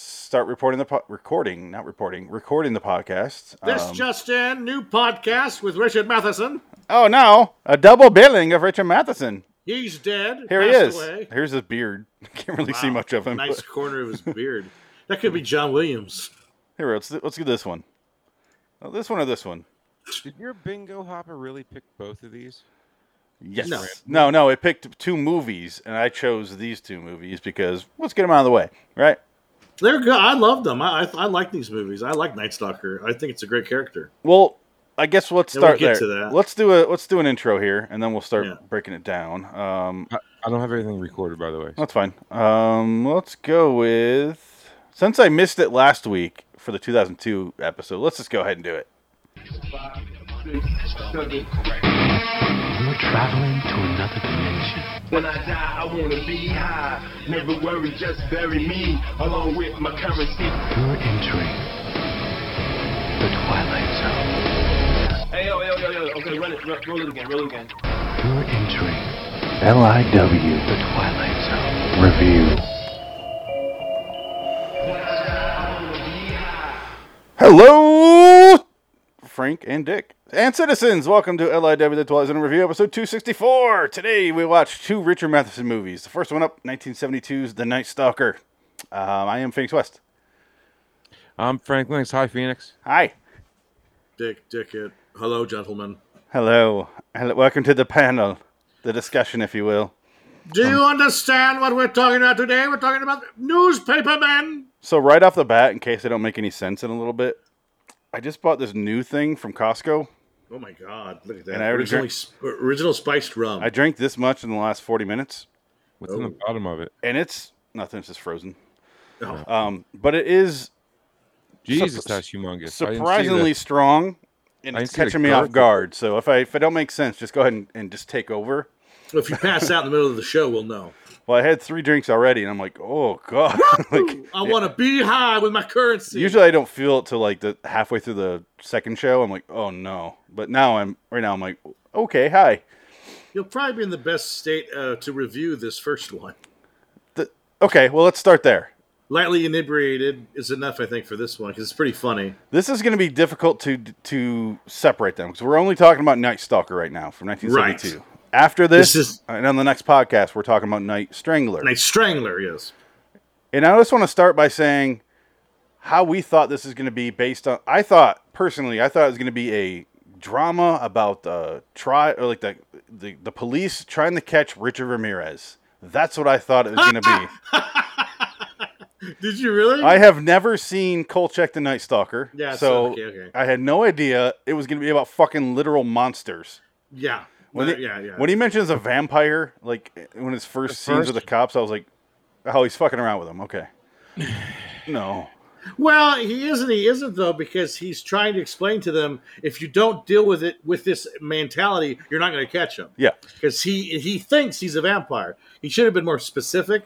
start reporting the po- recording, not reporting, recording the podcast. This Um, just in, new podcast with Richard Matheson. oh no, a double billing of Richard Matheson. He's dead. Here he passed is. away. Here's his beard. Can't really see Wow, much of him. Nice Nice. corner of his beard. That could be John Williams. Here, let's let's get this one. Oh, this one or this one? Did your bingo hopper really pick both of these? Yes. No. No. no, It picked two movies, and I chose these two movies because let's get them out of the way, right? They're good. I love them. I, I, I like these movies. I like Night Stalker. I think it's a great character. Well, I guess let's Yeah, we'll start get there. to that. Let's do a let's do an intro here, and then we'll start Yeah. breaking it down. Um, I, I don't have anything recorded, by the way. that's fine. Um, let's go with since I missed it last week for the 2002 episode. Let's just go ahead and do it. We're traveling to another dimension. When I die, I wanna be high. Never worry, just bury me along with my currency. You're entering the Twilight Zone. Hey, yo, yo, yo, yo. Okay, run it. Ro- Roll it again. Roll it again. You're entering LIW, the Twilight Zone. Review. Hello, Frank and Dick and citizens. Welcome to LIW The Twilight Zone Review, episode 264. Today we watched two Richard Matheson movies. The first one up, 1972's The Night Stalker. Um, I am Phoenix West. I'm Frank Links. Hi, Phoenix. Hi. Dick, Dickett. Hello, gentlemen. Hello. Hello. Welcome to the panel, the discussion, if you will. Do Um, you understand what we're talking about today? We're talking about newspaper men. So right off the bat, in case I don't make any sense in a little bit, I just bought this new thing from Costco. Oh my God! Look at that. And I already Originally, sp- original spiced rum. I drank this much in the last 40 minutes, What's in the bottom of it? and it's nothing. It's just frozen. Oh. Um, but it is Jesus, that's humongous. surprisingly strong, and I it's didn't see the catching me off girth. guard. So if I if I don't make sense, just go ahead and, and just take over. if you pass out in the middle of the show, we'll know. Well, I had three drinks already, and I'm like, oh god. like I want to be high with my currency. usually I don't feel it till like the halfway through the second show. I'm like, oh no. But now I'm right now I'm like, okay, hi. You'll probably be in the best state uh, to review this first one. The, okay, well let's start there. Lightly inebriated is enough, I think, for this one because it's pretty funny. This is going to be difficult to to separate them because we're only talking about Night Stalker right now from 1972. After this, This is- and on the next podcast, we're talking about Night Strangler. Night Strangler, yes. And I just want to start by saying how we thought this is going to be based on. I thought personally, I thought it was going to be a drama about the try or like the, the the police trying to catch Richard Ramirez. That's what I thought it was going to be. Did you really? I have never seen Kolchak the Night Stalker, Yeah, so so- okay, okay. I had no idea it was going to be about fucking literal monsters. yeah. When, Uh, he, yeah, yeah. when he mentions a vampire, like when his first scenes with first- the cops, I was like, "Oh, he's fucking around with them." Okay, no. well, he isn't. He isn't though because he's trying to explain to them if you don't deal with it with this mentality, you're not going to catch him. Yeah. because he he thinks he's a vampire. He should have been more specific,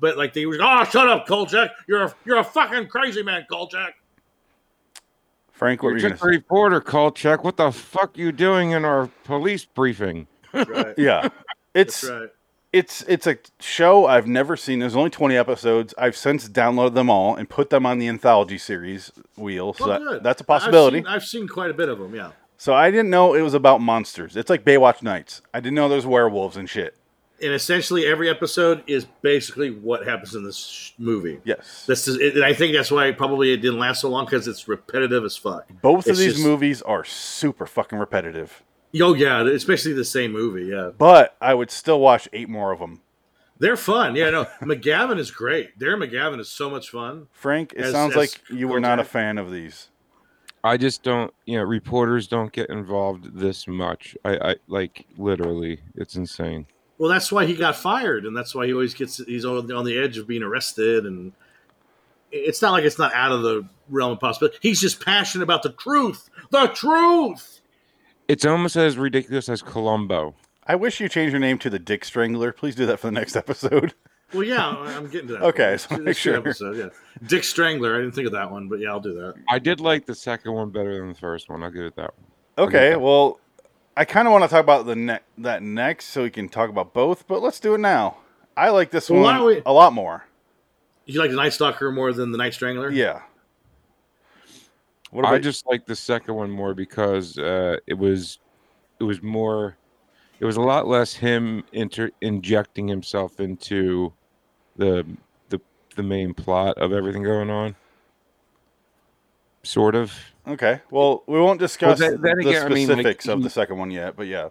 but like they were, oh, shut up, Kolchak. You're a, you're a fucking crazy man, Kolchak. Frank, what were You you took a gonna say? reporter call check. What the fuck you doing in our police briefing? Right, Yeah, it's that's right. it's it's a show I've never seen. There's only 20 episodes. I've since downloaded them all and put them on the anthology series wheel. So Well, that, Oh, good. that's a I've possibility. seen- I've seen, quite a bit of them. Yeah, so I didn't know it was about monsters. It's like Baywatch Nights. I didn't know there's werewolves and shit. and essentially every episode is basically what happens in this sh- movie. Yes. This is, and I think that's why probably it didn't last so long because it's repetitive as fuck. Both of it's these just- movies are super fucking repetitive. Oh yeah, it's basically the same movie. Yeah, But I would still watch eight more of them. they're fun. Yeah, no, McGavin is great. Darren McGavin is so much fun. Frank, it As- sounds as like you were not a Kojak. fan of these. I just don't. You know, reporters don't get involved this much. I, I like literally. It's insane. Well, that's why he got fired, and that's why he always gets he's on, on the edge of being arrested. And it's not like it's not out of the realm of possibility. He's just passionate about the truth, the truth. It's almost as ridiculous as Columbo. I wish you changed your name to the Dick Strangler. Please do that for the next episode. Well, yeah, I'm getting to that. Okay, It's- so make it's the sure. Episode, yeah. Dick Strangler. I didn't think of that one, but yeah, I'll do that. I did like the second one better than the first one. I'll give it that one. Okay, Okay. well, I kind of want to talk about the ne- that next, so we can talk about both. But let's do it now. I like this Well, why one don't we- a lot more. You like the Night Stalker more than the Night Strangler? Yeah. What I about just like the second one more because uh, it was it was more it was a lot less him inter- injecting himself into the the the main plot of everything going on. Sort of. okay? Well, we won't discuss that- that the again, I mean, like, specifics of he- the second one yet, but yeah,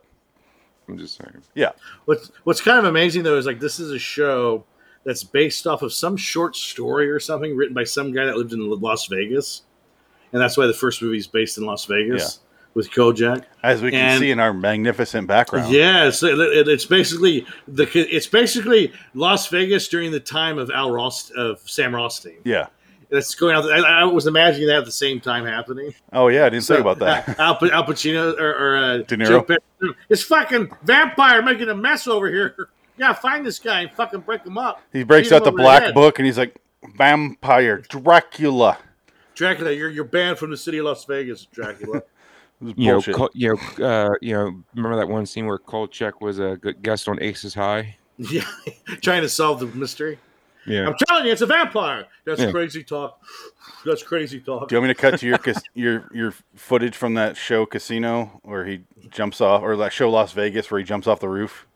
I'm just saying. yeah, What's What's kind of amazing though is like this is a show that's based off of some short story or something written by some guy that lived in Las Vegas, and that's why the first movie is based in Las Vegas with Kojak. as we can And- see in our magnificent background. Yeah, so it, it- it's basically the it's basically Las Vegas during the time of Al Rost of Sam Rothstein. Yeah. That's going out. I, I was imagining that at the same time happening. Oh yeah, I didn't think about that. Al, Al Al Pacino or, or uh, De Niro. Joe Pesci. This fucking vampire making a mess over here. Yeah, find this guy and fucking break him up. he breaks Beat him out the over black head. book and he's like, "Vampire Dracula." Dracula, you're you're banned from the city of Las Vegas, Dracula. This is You know, bullshit. Kol- you know, uh, you know. Remember that one scene where Kolchak was a good guest on Aces High? yeah, trying to solve the mystery. Yeah. I'm telling you, it's a vampire. That's Yeah. crazy talk. That's crazy talk. Do you want me to cut to your cas- your your footage from that show Casino where he jumps off, or that show Las Vegas where he jumps off the roof?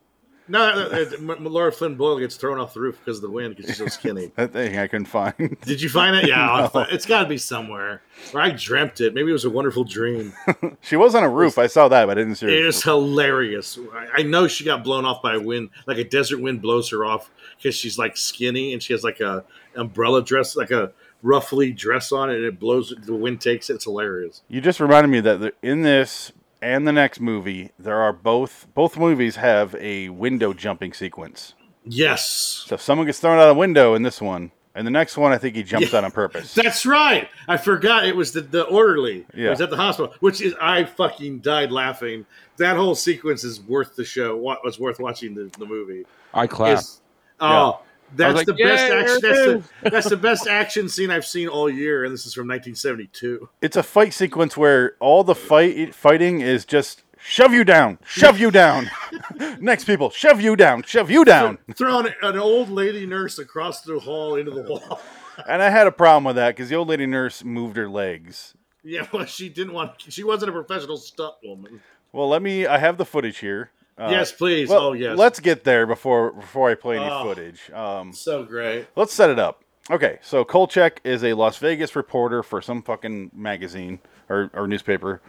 No, no, no, M- M- Laura Flynn Boyle gets thrown off the roof because of the wind because she's so skinny. That thing I couldn't find. Did you find it? Yeah, I'll fi- it's got to be somewhere. Or I dreamt it. Maybe it was a wonderful dream. she was on a roof. I saw that, but I didn't see her. It is hilarious. I, I know she got blown off by a wind, like a desert wind blows her off because she's like skinny and she has like a umbrella dress, like a ruffly dress on, and it blows. The wind takes it. It's hilarious. You just reminded me that the- in this and the next movie, there are both both movies have a window jumping sequence. Yes, So if someone gets thrown out a window in this one, and the next one, I think he jumps Yeah. out on purpose. that's right. I forgot it was the, the orderly. Yeah. It was at the hospital, which is I fucking died laughing. That whole sequence is worth the show. What was worth watching the, the movie? I clapped. Is, oh, I that's was like, the best "Yeah, action. there That's it the, that's the best action scene I've seen all year, and this is from 1972. It's a fight sequence where all the fight fighting is just shove you down, shove you down. next people, shove you down, shove you down. Throwing an old lady nurse across the hall into the wall. And I had a problem with that because the old lady nurse moved her legs. Yeah, well, she didn't want. She wasn't a professional stunt woman. Well, let me. I have the footage here. Uh, yes, please. well, oh, yes. Let's get there before before I play any Oh. footage. Um, so great. Let's set it up. Okay, so Kolchak is a Las Vegas reporter for some fucking magazine or, or newspaper.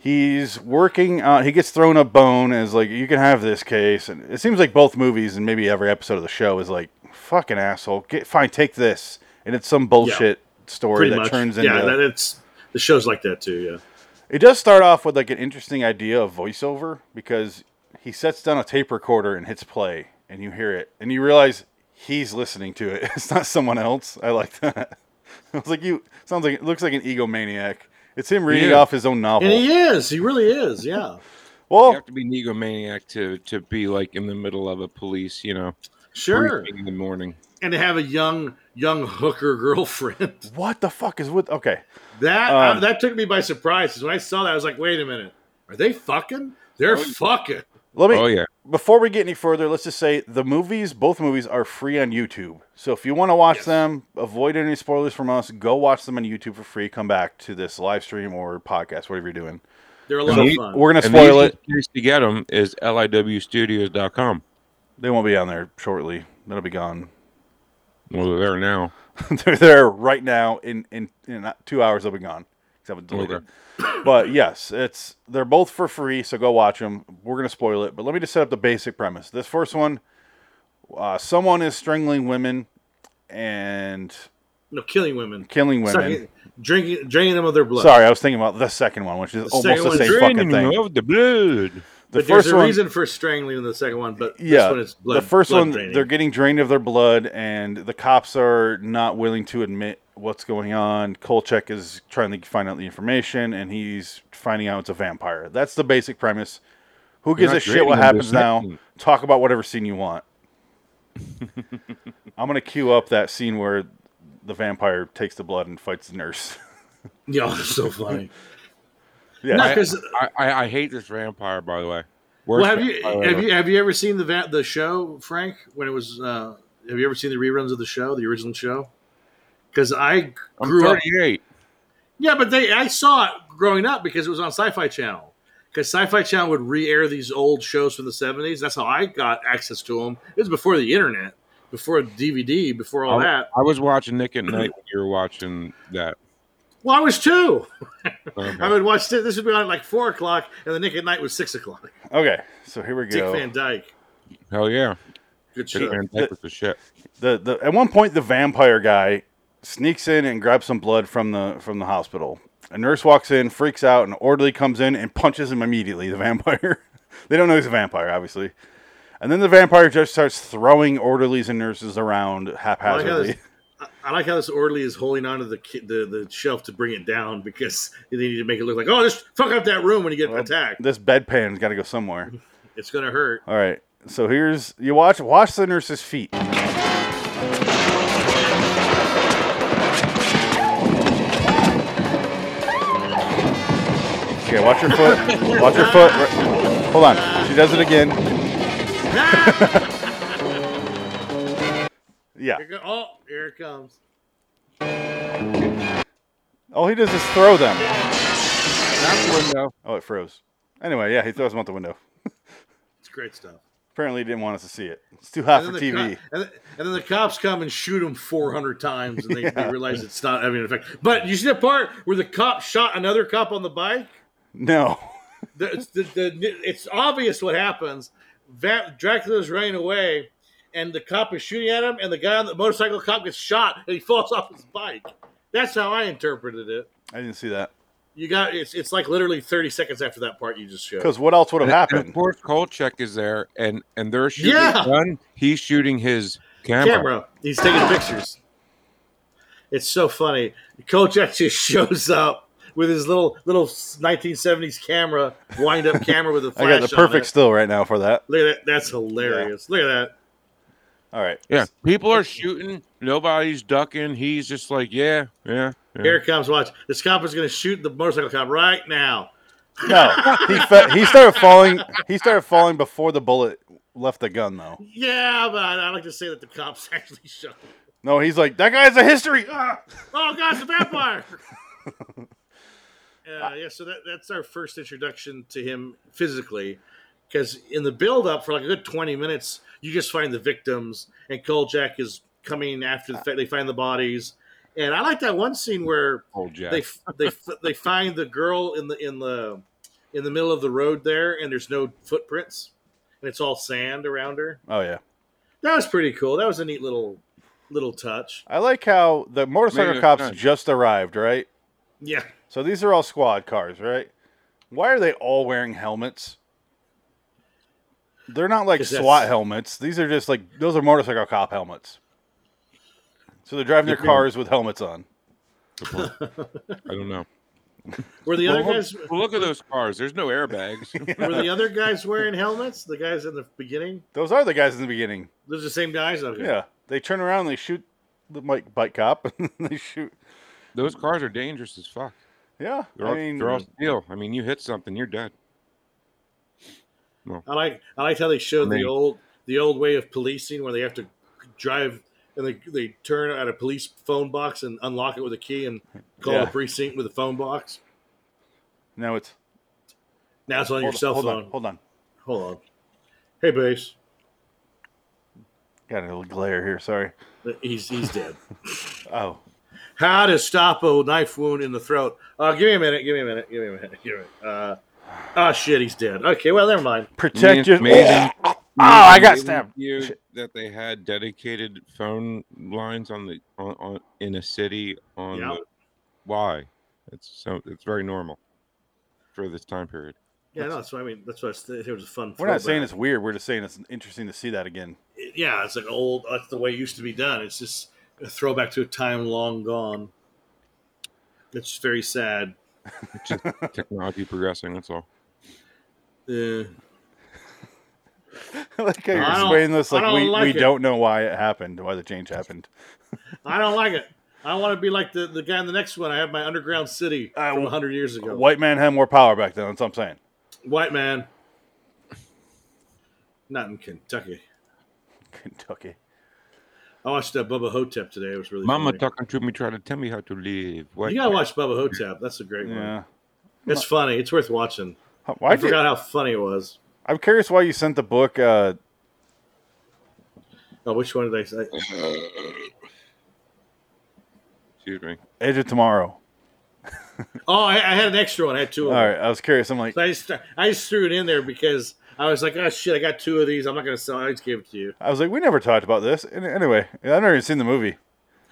He's working on. He gets thrown a bone and is like, "You can have this case." And it seems like both movies and maybe every episode of the show is like, "Fucking asshole, get fine, take this." And it's some bullshit story Pretty that much. turns into. Oh. yeah, that, it's the show's like that too. Yeah. It does start off with like an interesting idea of voiceover because he sets down a tape recorder and hits play, and you hear it, and you realize he's listening to it. It's not someone else. I like that. I was like, you sounds like it looks like an egomaniac. It's him reading Yeah. off his own novel. And he is. He really is. Yeah. well, you have to be egomaniac to to be like in the middle of a police, you know, Sure. briefing in the morning. And to have a young, young hooker girlfriend. what the fuck is with? Okay, That Um, uh, that took me by surprise. 'cause When I saw that, I was like, "Wait a minute, are they fucking? They're Oh, fucking." let me. Oh yeah, Before we get any further, let's just say the movies, both movies, are free on YouTube. So if you want to watch Yes. them, avoid any spoilers from us. Go watch them on YouTube for free. Come back to this live stream or podcast, whatever you're doing. They're a lot of we- fun. We're gonna And the spoil it. easiest place to get them is liwstudios.com. They won't be on there shortly. That'll be gone. Well, they're there now. They're there right now. In in, in not- two hours, they'll be gone. Except it's deleted. But yes, it's they're both for free. So go watch them. We're gonna spoil it, but let me just set up the basic premise. This first one, uh, someone is strangling women and No, killing women. killing women. Sucking- drinking, draining them of their blood. Sorry, I was thinking about the second one, which is almost second the one's same fucking thing. of the blood. The but there's a reason for strangling in the second one, but yeah, this one is blood. the first blood one draining. they're getting drained of their blood, and the cops are not willing to admit what's going on. Kolchak is trying to find out the information, and he's finding out it's a vampire. That's the basic premise. Who gives not a shit draining what them, they're happens now? sucking. Talk about whatever scene you want. I'm gonna cue up that scene where the vampire takes the blood and fights the nurse. yeah, it's so funny. yeah, No, I- 'cause- I, I, I hate this vampire, by the way. Worst well, have you vampire have ever. you have you ever seen the va- the show Frank when it was uh, Have you ever seen the reruns of the show, the original show? Because I I'm grew up 38. Yeah, but they I saw it growing up because it was on Sci-Fi Channel. Because Sci-Fi Channel would re-air these old shows from the '70s. That's how I got access to them. It was before the internet, before DVD, before all I- that. I was watching Nick at Night when you were watching that. Well, I was two. Okay. I would watch this. This would be on at like four o'clock, and the Nick at Night was six o'clock. Okay, so here we Dick go. Van Dyke, Hell yeah. good show. Dick Van Dyke was the shit. the, the at one point the vampire guy sneaks in and grabs some blood from the from the hospital. A nurse walks in, freaks out, and orderly comes in and punches him immediately. The vampire. they don't know he's a vampire, obviously. And then the vampire just starts throwing orderlies and nurses around I like, how haphazardly. this, I- I like how this orderly is holding onto the, ki- the the shelf to bring it down because they need to make it look like oh, just fuck up that room when you get attacked. this bedpan's got to go somewhere. It's gonna hurt. All right. So here's you watch watch the nurse's feet. Okay, watch her foot. Watch her foot. Right- Hold on. She does it again. Ah! Yeah. Here go- oh, here it comes. All he does is throw them. Out the window. Oh, it froze. Anyway, yeah, he throws them out the window. It's great stuff. Apparently, he didn't want us to see it. It's too hot for the TV. co- and, th- and then the cops come and shoot him 400 times, and they, they realize it's not having an effect. But you see the part where the cop shot another cop on the bike? No. The, it's, the, the, it's obvious what happens. Va- Dracula's running away, and the cop is shooting at him, and the guy on the motorcycle cop gets shot, and he falls off his bike. That's how I interpreted it. I didn't see that. You got it's it's like literally 30 seconds after that part you just showed. Because what else would have And of happened? course, Kolchak is there, and and they're shooting Yeah. his gun. He's shooting his camera. camera. He's taking pictures. It's so funny. Kojak just shows up with his little little 1970s camera, wind up camera with a I flash. got the on perfect it. still right now for that. Look at that. That's hilarious. Look at All right. Yeah, people are shooting. Nobody's ducking. He's just like, yeah, yeah. that. yeah. Here it comes. Watch. This cop is going to shoot the motorcycle cop right now. No, he fe- he started falling. He started falling before the bullet left the gun, though. Yeah, but I, I like to say that the cops actually shot. him. No, he's like that guy's a history. Ah! Oh God, it's a vampire. Uh, yeah, so that, that's our first introduction to him physically, because in the build-up for like a good twenty minutes, you just find the victims, and Kolchak is coming after the fact. They find the bodies, and I like that one scene where Kolchak. they they they find the girl in the in the in the middle of the road there, and there's no footprints, and it's all sand around her. Oh yeah, That was pretty cool. That was a neat little little touch. I like how the motorcycle Maybe cops it's not. just arrived, right? Yeah. So these are all squad cars, right? Why are they all wearing helmets? They're not like 'Cause that's- SWAT helmets. These are just like those are motorcycle cop helmets. So they're driving their cars with helmets on. I don't know. Were the other Well, guys? look, look at those cars. There's no airbags. Were the other guys wearing helmets? The guys in the beginning? Those are the guys in the beginning. Those are the same guys? Okay. Yeah, they turn around, and they shoot the bike bike cop, and they shoot. those cars are dangerous as fuck. Yeah, They're all, I mean, they're all steel. I mean, you hit something, you're dead. I like I liked how they showed Me. the old the old way of policing where they have to drive and they they turn at a police phone box and unlock it with a key and call Yeah. a precinct with a phone box. no, it's Now it's on your hold, cell hold phone. on, hold on. hold, on. Hey, base. Got a little glare here. Sorry. He's he's dead. Oh, How to stop a knife wound in the throat? Uh, give me a minute. Give me a minute. Give me a minute. Give me. A minute. Uh, oh shit, he's dead. Okay, well never mind. protect Ama- your. amazing- Oh, I got amazing stabbed. view Shit. that they had dedicated phone lines on the on, on in a city on Yeah. the, why? It's so it's very normal for this time period. Yeah, no, that's what I mean. That's what I was, it was a fun. We're not saying throwback. it's weird. We're just saying it's interesting to see that again. yeah, it's like old. That's the way it used to be done. It's just a throwback to a time long gone. It's very sad. It's just technology progressing. That's all. Uh, like how you're I don't- explaining this, I like don't we, like we it. don't know why it happened, why the change happened. I don't like it. I want to be like the, the guy in the next one. I have my underground city Uh, from hundred years ago. White man had more power back then. That's what I'm saying. White man. Not in Kentucky. Kentucky. I watched uh, Bubba Hotep today. It was really Mama funny. talking to me, trying to tell me how to live. What? You gotta watch Bubba Hotep. That's a great one. Yeah. It's funny. It's worth watching. Why I did, forgot how funny it was. I'm curious why you sent the book. Uh, Oh, which one did I say? Excuse me. Edge of Tomorrow. Oh, I, I had an extra one. I had two All of them. right, I was curious. I'm like, So I just I just threw it in there because I was like, oh shit, I got two of these. I'm not gonna sell. It. I just gave it to you. I was like, we never talked about this. And anyway, I've never even seen the movie.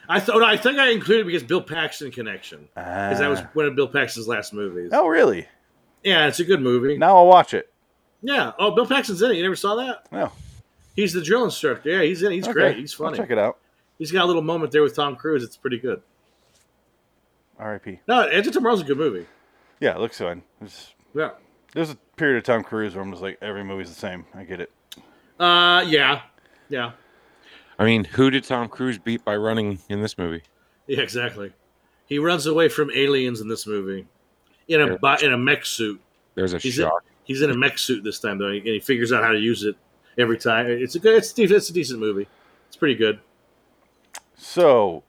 I thought I think I included it because Bill Paxton connection because that was Ah. one of Bill Paxton's last movies. Oh, really? Yeah, it's a good movie. Now I'll watch it. Yeah. Oh, Bill Paxton's in it. You never saw that? No. He's the drill instructor. Yeah, he's in. it. He's Okay, great. He's I'll funny. check it out. He's got a little moment there with Tom Cruise. It's pretty good. R.I.P. No, Edge of Tomorrow's a good movie. Yeah, it looks fun. It's, Yeah. there's a period of Tom Cruise where I'm just like, every movie's the same. I get it. Uh, yeah, yeah, I mean, who did Tom Cruise beat by running in this movie? yeah. Exactly. He runs away from aliens in this movie, in a bo- in a mech suit. There's a He's in, shock. he's in a mech suit this time though, and he figures out how to use it every time. It's a good. It's de- it's a decent movie. It's pretty good. So,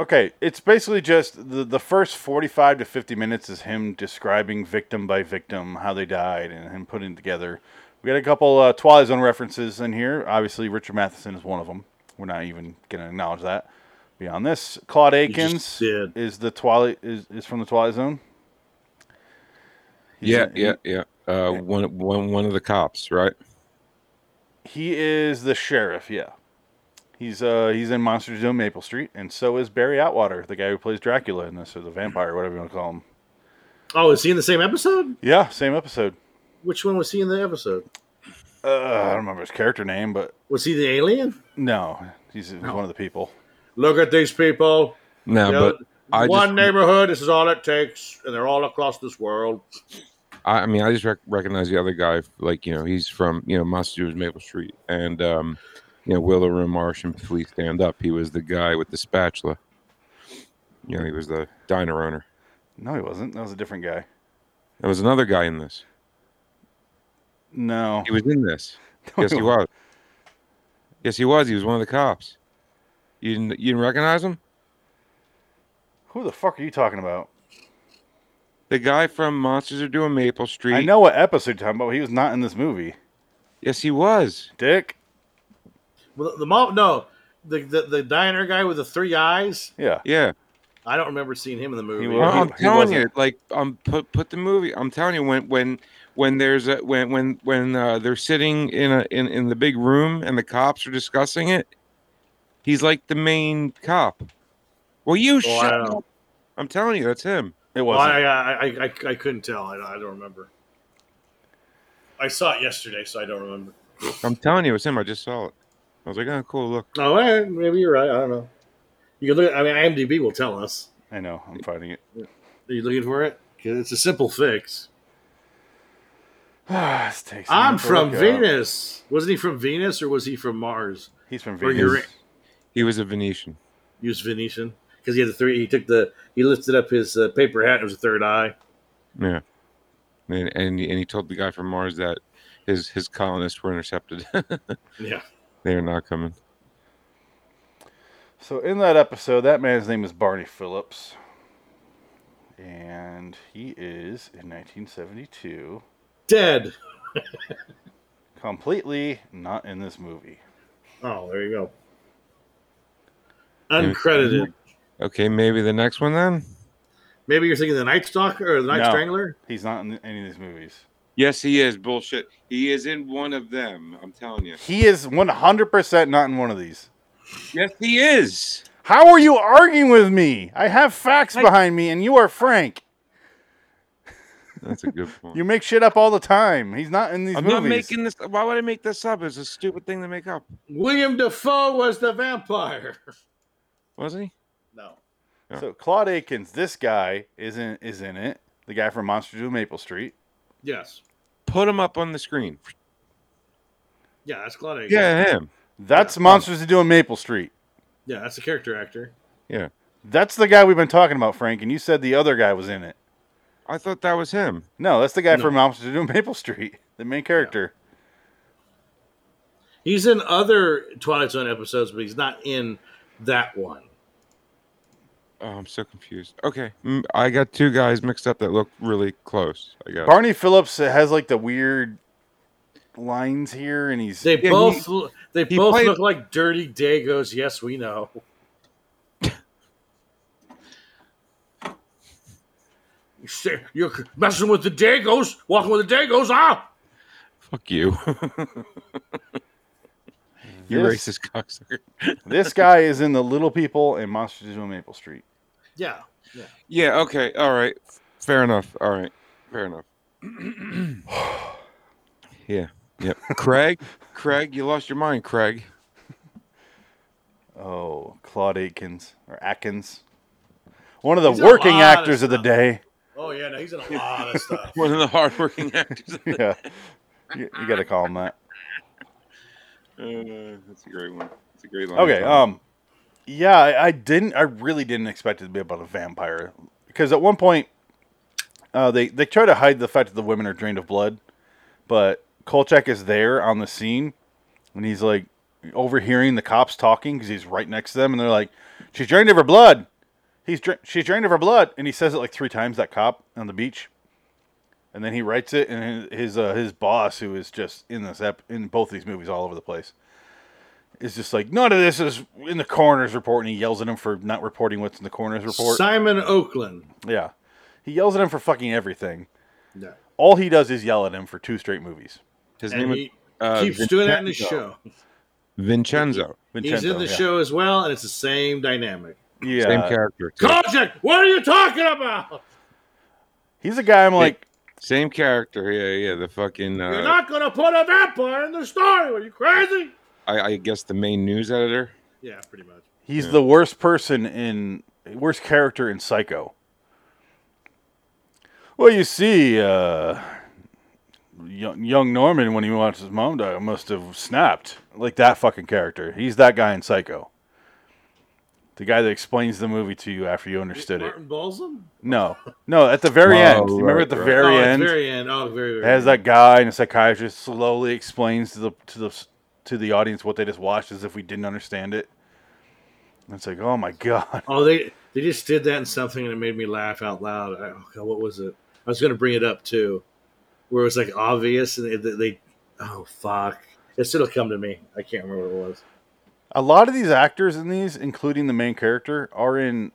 okay, it's basically just the, the first 45 to 50 minutes is him describing victim by victim how they died and him putting it together. We got a couple uh, Twilight Zone references in here. Obviously, Richard Matheson is one of them. We're not even going to acknowledge that. Beyond this, Claude just Akins did. is the Twilight is, is from the Twilight Zone. He's Yeah, in- yeah, yeah. Uh, one, one, one of the cops, right? He is the sheriff. Yeah, he's uh he's in Monsters Doom Maple Street, and so is Barry Atwater, the guy who plays Dracula in this, or the vampire, whatever you want to call him. Oh, is he in the same episode? Yeah, same episode. Which one was he in the episode? Uh, I don't remember his character name, but Was he the alien? no, he's he's one of the people. Look at these people. No, You know, but I one just, neighborhood. This is all it takes, and they're all across this world. I, I mean, I just rec- recognize the other guy. Like, you know, he's from you know Monsters Maple Street, and um, you know Willow Room Marsh and Please Stand Up. He was the guy with the spatula. You know, he was the diner owner. No, he wasn't. That was a different guy. There was another guy in this. No, He was in this. Yes, he was. Yes, he was. He was one of the cops. You didn't, you didn't recognize him? who the fuck are you talking about? The guy from Monsters Are Doing Maple Street. I know what episode you're talking about. He was not in this movie. Yes, he was. Dick. Well, the mom, no, the, the the diner guy with the three eyes. Yeah. Yeah. I don't remember seeing him in the movie. He No, was. I'm telling you, wasn't. like, um, put put the movie. I'm telling you, when when when there's a when when when uh, they're sitting in a in, in the big room and the cops are discussing it, he's like the main cop. Well, you shut Wow. up. I'm telling you, that's him. It Well, wasn't. I, I, I, I, I couldn't tell. I, I don't remember. I saw it yesterday, so I don't remember. I'm telling you, it's him. I just saw it. I was like, oh, cool. Look, Oh, eh, maybe you're right. I don't know. You can look. I mean, IMDb will tell us. I know. I'm finding it. Are you looking for it? 'Cause it's a simple fix. This takes a I'm minute to from look up. Venus. Wasn't he from Venus or was he from Mars? He's from Or Venus. Uranus. he was a Venetian. He was Venetian because he had the three. He took the. He lifted up his uh, paper hat. And it was a third eye. Yeah, and and and he told the guy from Mars that his his colonists were intercepted. Yeah. they are not coming. So in that episode, that man's name is Barney Phillips, and he is in 1972 Dead. completely not in this movie. Oh, there you go. Uncredited. Okay, maybe the next one then. Maybe you're thinking the Night Stalker or the Night No. Strangler. He's not in any of these movies. Yes, he is bullshit. He is in one of them. I'm telling you. He is 100% not in one of these. Yes, he is. How are you arguing with me? I have facts I- behind me, and you are frank. That's a good point. You make shit up all the time. He's not in these I'm movies. not making this. Why would I make this up? It's a stupid thing to make up, William Defoe was the vampire. wasn't he? No. so Claude Akins, this guy isn't is in it. The guy from Monster Zoo Maple Street. Yes. Put him up on the screen. Yeah, that's Claude Akins. Yeah, him. That's Monsters Zoo doing Maple Street. Yeah, that's a character actor. Yeah, That's the guy we've been talking about, Frank, and you said the other guy was in it. I thought that was him. No, that's the guy No. from Monsters Zoo Maple Street, the main character. He's in other Twilight Zone episodes, but he's not in that one. Oh, I'm so confused. Okay, mm, I got two guys mixed up that look really close. I guess. Barney Phillips has like the weird lines here, and he's They Yeah, both lo- they he both played- look like dirty dagos. Yes, we know. You say- You're messing with the dagos, walking with the dagos, ah! Fuck you. you Yes. racist cocksucker. this guy is in the Little People and Monsters on Maple Street. Yeah, Yeah. Okay. All right. Fair enough. All right. Fair enough. yeah. Yep. Craig. Craig, you lost your mind, Craig. Oh, Claude Atkins or Atkins, one of the He's in a working lot of actors of the stuff. day. Oh yeah, no, he's in a lot of stuff. One of the hardworking actors. yeah, you, you got to call him that. Uh, that's a great one. That's a great line. Okay. Tom. Um, yeah, I, I didn't. I really didn't expect it to be about a vampire because at one point, uh, they they try to hide the fact that the women are drained of blood, but Kolchak is there on the scene, and he's like overhearing the cops talking because he's right next to them, and they're like, "She's drained of her blood." He's dra- she's drained of her blood, and he says it like three times. That cop on the beach, and then he writes it, and his his, uh, his boss, who is just in this ep- in both these movies all over the place, is just like none of this is in the coroner's report, and he yells at him for not reporting what's in the coroner's report. Simon Oakland. yeah, he yells at him for fucking everything. No. All he does is yell at him for two straight movies. his And name is he uh, keeps doing that in the Vincenzo. show. Vincenzo. He's in Vincenzo, the yeah. show as well, and it's the same dynamic. Yeah, Same character. too. Kojak, what are you talking about? he's a guy. I'm like, Same character. Yeah. Yeah. The fucking. Uh, You're not gonna put a vampire in the story. Are you crazy? I, I guess the main news editor. Yeah, pretty much. he's the worst person in worst character in Psycho. Well, you see, uh, young, young Norman when he watched his mom die must have snapped like that fucking character. He's that guy in Psycho. The guy that explains the movie to you after you understood it. Martin Balsam? No, no, at the very end. Oh, Remember right, at the right. very oh, at the end, Very end. Oh, very. very as that guy and a psychiatrist slowly explains to the to the to the audience what they just watched as if we didn't understand it. And it's like, oh my god, Oh, they they just did that in something, and it made me laugh out loud. I, oh God, what was it? I was gonna bring it up too, where it was like obvious, and they, they oh fuck, it's, it'll come to me. I can't remember what it was. a lot of these actors in these, including the main character, are in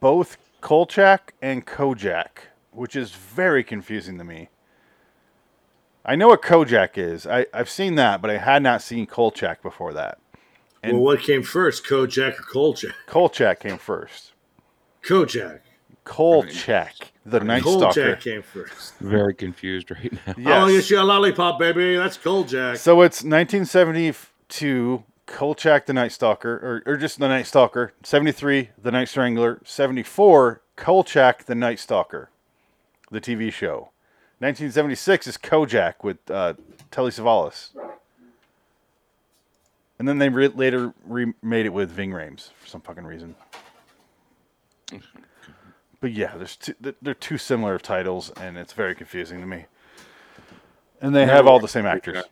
both Kolchak and Kojak, which is very confusing to me. I know what Kojak is. I, I've seen that, but I had not seen Kolchak before that. And- well, what came first, Kojak or Kolchak? Kolchak came first. Kojak. Kolchak, the Night Kolchak Stalker. came first. Very confused right now. Oh, yes, you a lollipop, baby. That's Kojak. So it's 1972, Kolchak the Night Stalker, or, or just the Night Stalker. 73, the Night Strangler. 74, Kolchak the Night Stalker, the TV show. 1976 is Kojak with uh, Telly Savalas. And then they re- later remade it with Ving Rhames for some fucking reason. But yeah, there's two, th- they're two similar of titles, and it's very confusing to me. And they have all the same actors.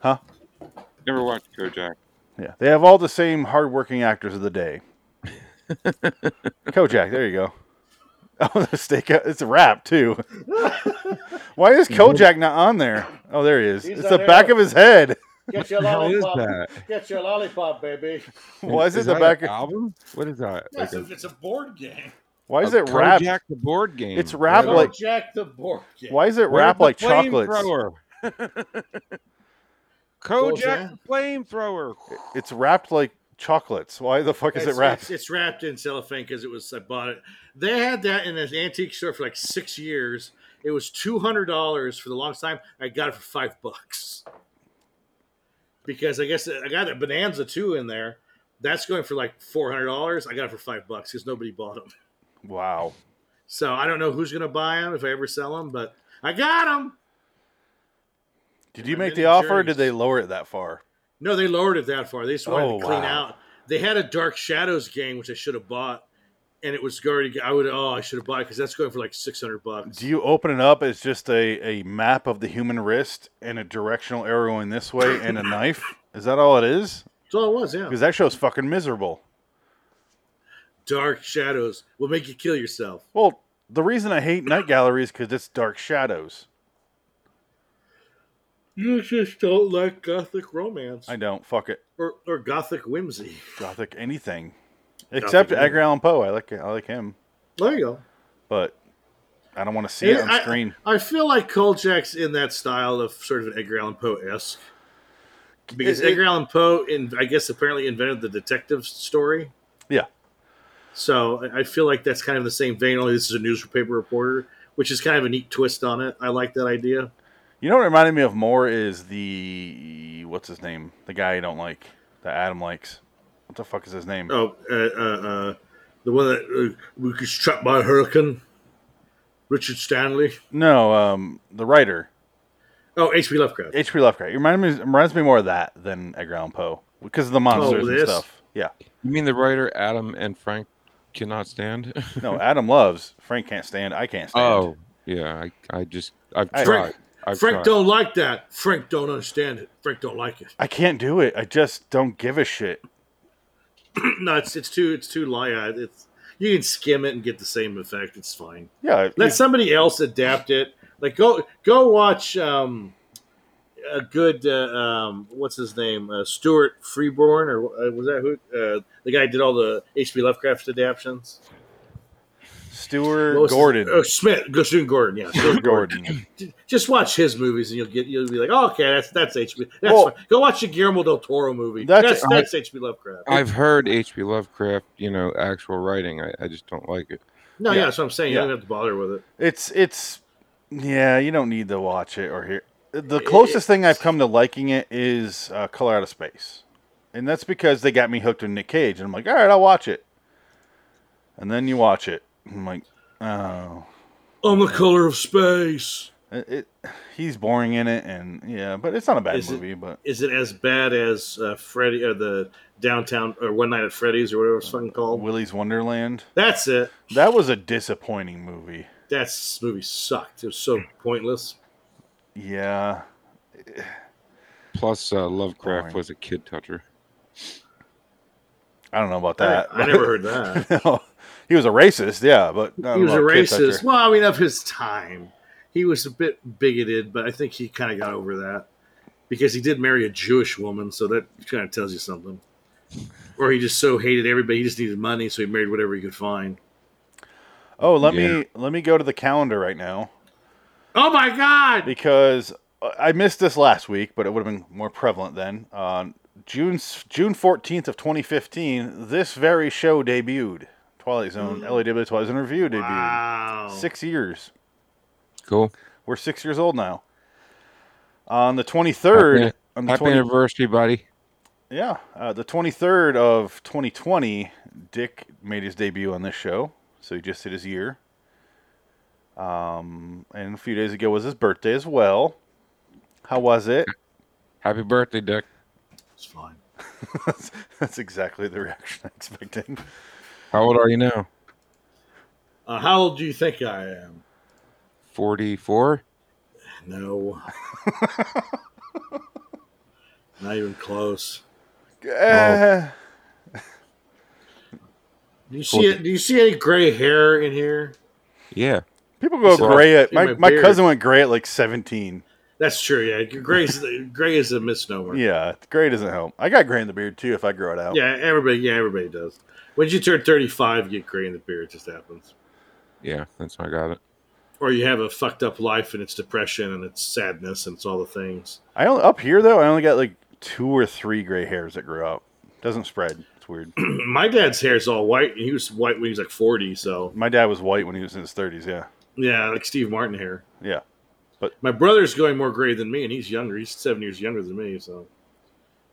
Huh? Never watched Kojak. Yeah, they have all the same hardworking actors of the day. Kojak, there you go. Oh, the steak. It's a wrap too. Why is Kojak not on there? Oh, there he is. He's it's not the there. back of his head. Get your How is lollipop. that? Get your lollipop, baby. Why is, Is it the that back? an Of, album? What is that? Like Yes, a- if it's a board game. why is a it wrapped? Kojak the board game. It's wrapped Where- like- Kojak the board game. Why is it where's wrapped the like chocolates? flamethrower? Kojak the flamethrower. It's wrapped like chocolates. Why the fuck is it's, it wrapped? It's, it's wrapped in cellophane because it was. I bought it. They had that in an antique store for like six years. It was two hundred dollars for the longest time. I got it for five bucks because I guess I got a Bonanza too in there. That's going for like four hundred dollars. I got it for five bucks because nobody bought them. Wow. So I don't know who's going to buy them if I ever sell them, but I got them. Did you I'm make in the offer? Or juries. did they lower it that far? No, they lowered it that far. They just wanted Oh, to clean wow. out. They had a Dark Shadows game, which I should have bought, and it was already. I would. Oh, I should have bought because that's going for like six hundred bucks. Do you open it up as just a, a map of the human wrist and a directional arrow going this way and a knife? Is that all it is? That's all it was. Yeah. Because that show's fucking miserable. Dark shadows will make you kill yourself. Well, the reason I hate night galleries because it's dark shadows. You just don't like gothic romance I don't. Fuck it. or or gothic whimsy. Gothic anything. Except anything. Edgar Allan Poe. I like I like him, There you go. but I don't want to see it on I, screen. I feel like Kolchak's in that style of sort of an Edgar Allan Poe esque. Because It- it- Edgar Allan Poe, in, I guess, apparently invented the detective story. Yeah. So I- I feel like that's kind of the same vein, only this is a newspaper reporter, which is kind of a neat twist on it. I like that idea. You know what reminded me of more is the what's his name? The guy I don't like. That Adam likes. What the fuck is his name? Oh, uh, uh, uh, the one that uh, we was trapped by a hurricane, Richard Stanley. No, um, the writer. Oh, H.P. Lovecraft. H.P. Lovecraft. It reminded me it reminds me more of that than Edgar Allan Poe because of the monsters and this? stuff. Yeah. You mean the writer Adam and Frank cannot stand? No, Adam loves. Frank can't stand. I can't stand. oh, yeah. I, I just I've I- tried. Frank- I've Frank tried. don't like that. Frank don't understand it. Frank don't like it. I can't do it. I just don't give a shit. No, it's it's too it's too light. It's you can skim it and get the same effect. It's fine. Yeah. Let somebody else adapt it. Like go go watch um, a good uh, um, what's his name uh, Stuart Freeborn or uh, was that who uh, the guy who did all the H.P. Lovecraft adaptions? Stuart What was his- Gordon. oh, Smith Stuart Gordon. Yeah, Stuart Stuart Gordon. just watch his movies and you'll get you'll be like, oh, okay, that's that's H.P. That's Well- fine. go watch a Guillermo del Toro movie. That's- That's that's H.P. Lovecraft. I've heard H.P. Lovecraft, you know, actual writing. I, I just don't like it. No, yeah, yeah. that's what I'm saying. Yeah. You don't have to bother with it. It's it's yeah. You don't need to watch it or hear. The closest thing I've come to liking it is uh, Color Out of Space, and that's because they got me hooked on Nick Cage, and I'm like, all right, I'll watch it. And then you watch it, I'm like, oh, I'm the color of space. it. it he's boring in it, and yeah, but it's not a bad Is it- movie. But is it as bad as uh, Freddy or the downtown or One Night at Freddy's or whatever it's fucking called? Willy's Wonderland, That's it. that was a disappointing movie. That s- movie sucked. It was so pointless. Yeah, Plus, uh, Lovecraft Boring. was a kid toucher. I don't know about I- that. I, never heard that. No. He was a racist, yeah, but he was a racist. Well, I mean, of his time, he was a bit bigoted, but I think he kind of got over that because he did marry a Jewish woman, so that kind of tells you something. Or he just so hated everybody, he just needed money, so he married whatever he could find. Oh, let Yeah. me let me go to the calendar right now Oh my God! because I missed this last week, but it would have been more prevalent then. On June June fourteenth of twenty fifteen, this very show debuted. Twilight Zone, LAW Twilight Zone review debuted. Mm. Wow. Six years. Cool. We're six years old now. On the twenty third, Happy- on the Happy 20, anniversary, buddy. yeah, uh, the twenty third of twenty twenty, Dick made his debut on this show, so he just did his year. Um, and a few days ago was his birthday as well. How was it? Happy birthday, Dick. It's fine. that's, that's exactly the reaction I expected. How old are you now? Uh, how old do you think I am? 44? No. Not even close. Uh, Do you see it? Do you see any gray hair in here? Yeah. people go Sorry. gray at See my, my my beard. cousin went gray at like seventeen. That's true. Yeah, gray is gray is a misnomer. Yeah, gray doesn't help. I got gray in the beard too. If I grow it out, Yeah, everybody. Yeah, everybody does. When you turn thirty-five, you get gray in the beard. It just happens. Yeah, that's I got it. Or you have a fucked up life and it's depression and it's sadness and it's all the things. I only, up here though. I only got like two or three gray hairs that grew out. Doesn't spread. It's weird. My dad's hair is all white. and He was white when he was like forty. So My dad was white when he was in his thirties. Yeah, yeah, like Steve Martin hair. yeah. My brother's going more gray than me, and he's younger. He's seven years younger than me, so.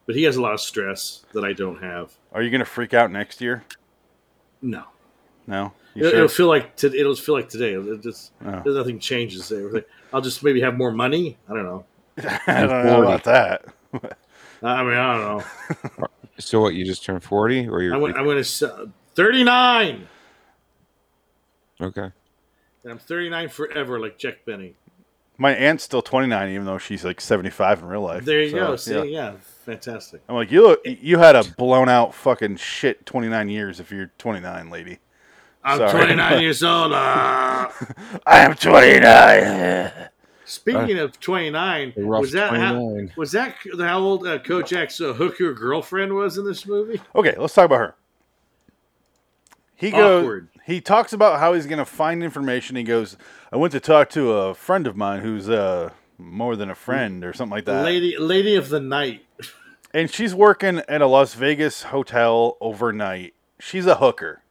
But he has a lot of stress that I don't have. Are you gonna freak out next year? No, No. You it'll, sure? it'll feel like to, it'll feel like today. It'll just Oh. there's nothing changes. Everything. I'll just maybe have more money. I don't know. I don't know about that. I mean, I don't know. So what? You just turned forty, or you're uh, I went. I went to thirty nine. Okay. And I'm 39 forever, like Jack Benny. My aunt's still 29, even though she's like 75 in real life. There you So, go. See, yeah. yeah. fantastic. I'm like, you look, you had a blown out fucking shit 29 years if you're 29, lady. I'm Sorry. 29 years old. ah. I am 29. Speaking of 29, a rough was that how, 29. was that how old uh, Coach X uh, hooker girlfriend was in this movie? Okay, let's talk about her. He goes. Awkward. He talks about how he's going to find information. He goes, "I went to talk to a friend of mine who's uh, more than a friend or something like that." Lady, Lady of the Night. and she's working at a Las Vegas hotel overnight. She's a hooker.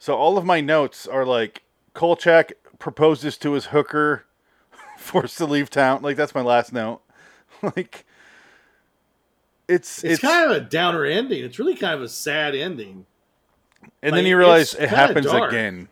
So all of my notes are like Kolchak proposes to his hooker, forced to leave town. Like that's my last note. like it's It's, it's, kind of a downer ending. It's really kind of a sad ending. and like, then you realize it's it kinda happens dark. again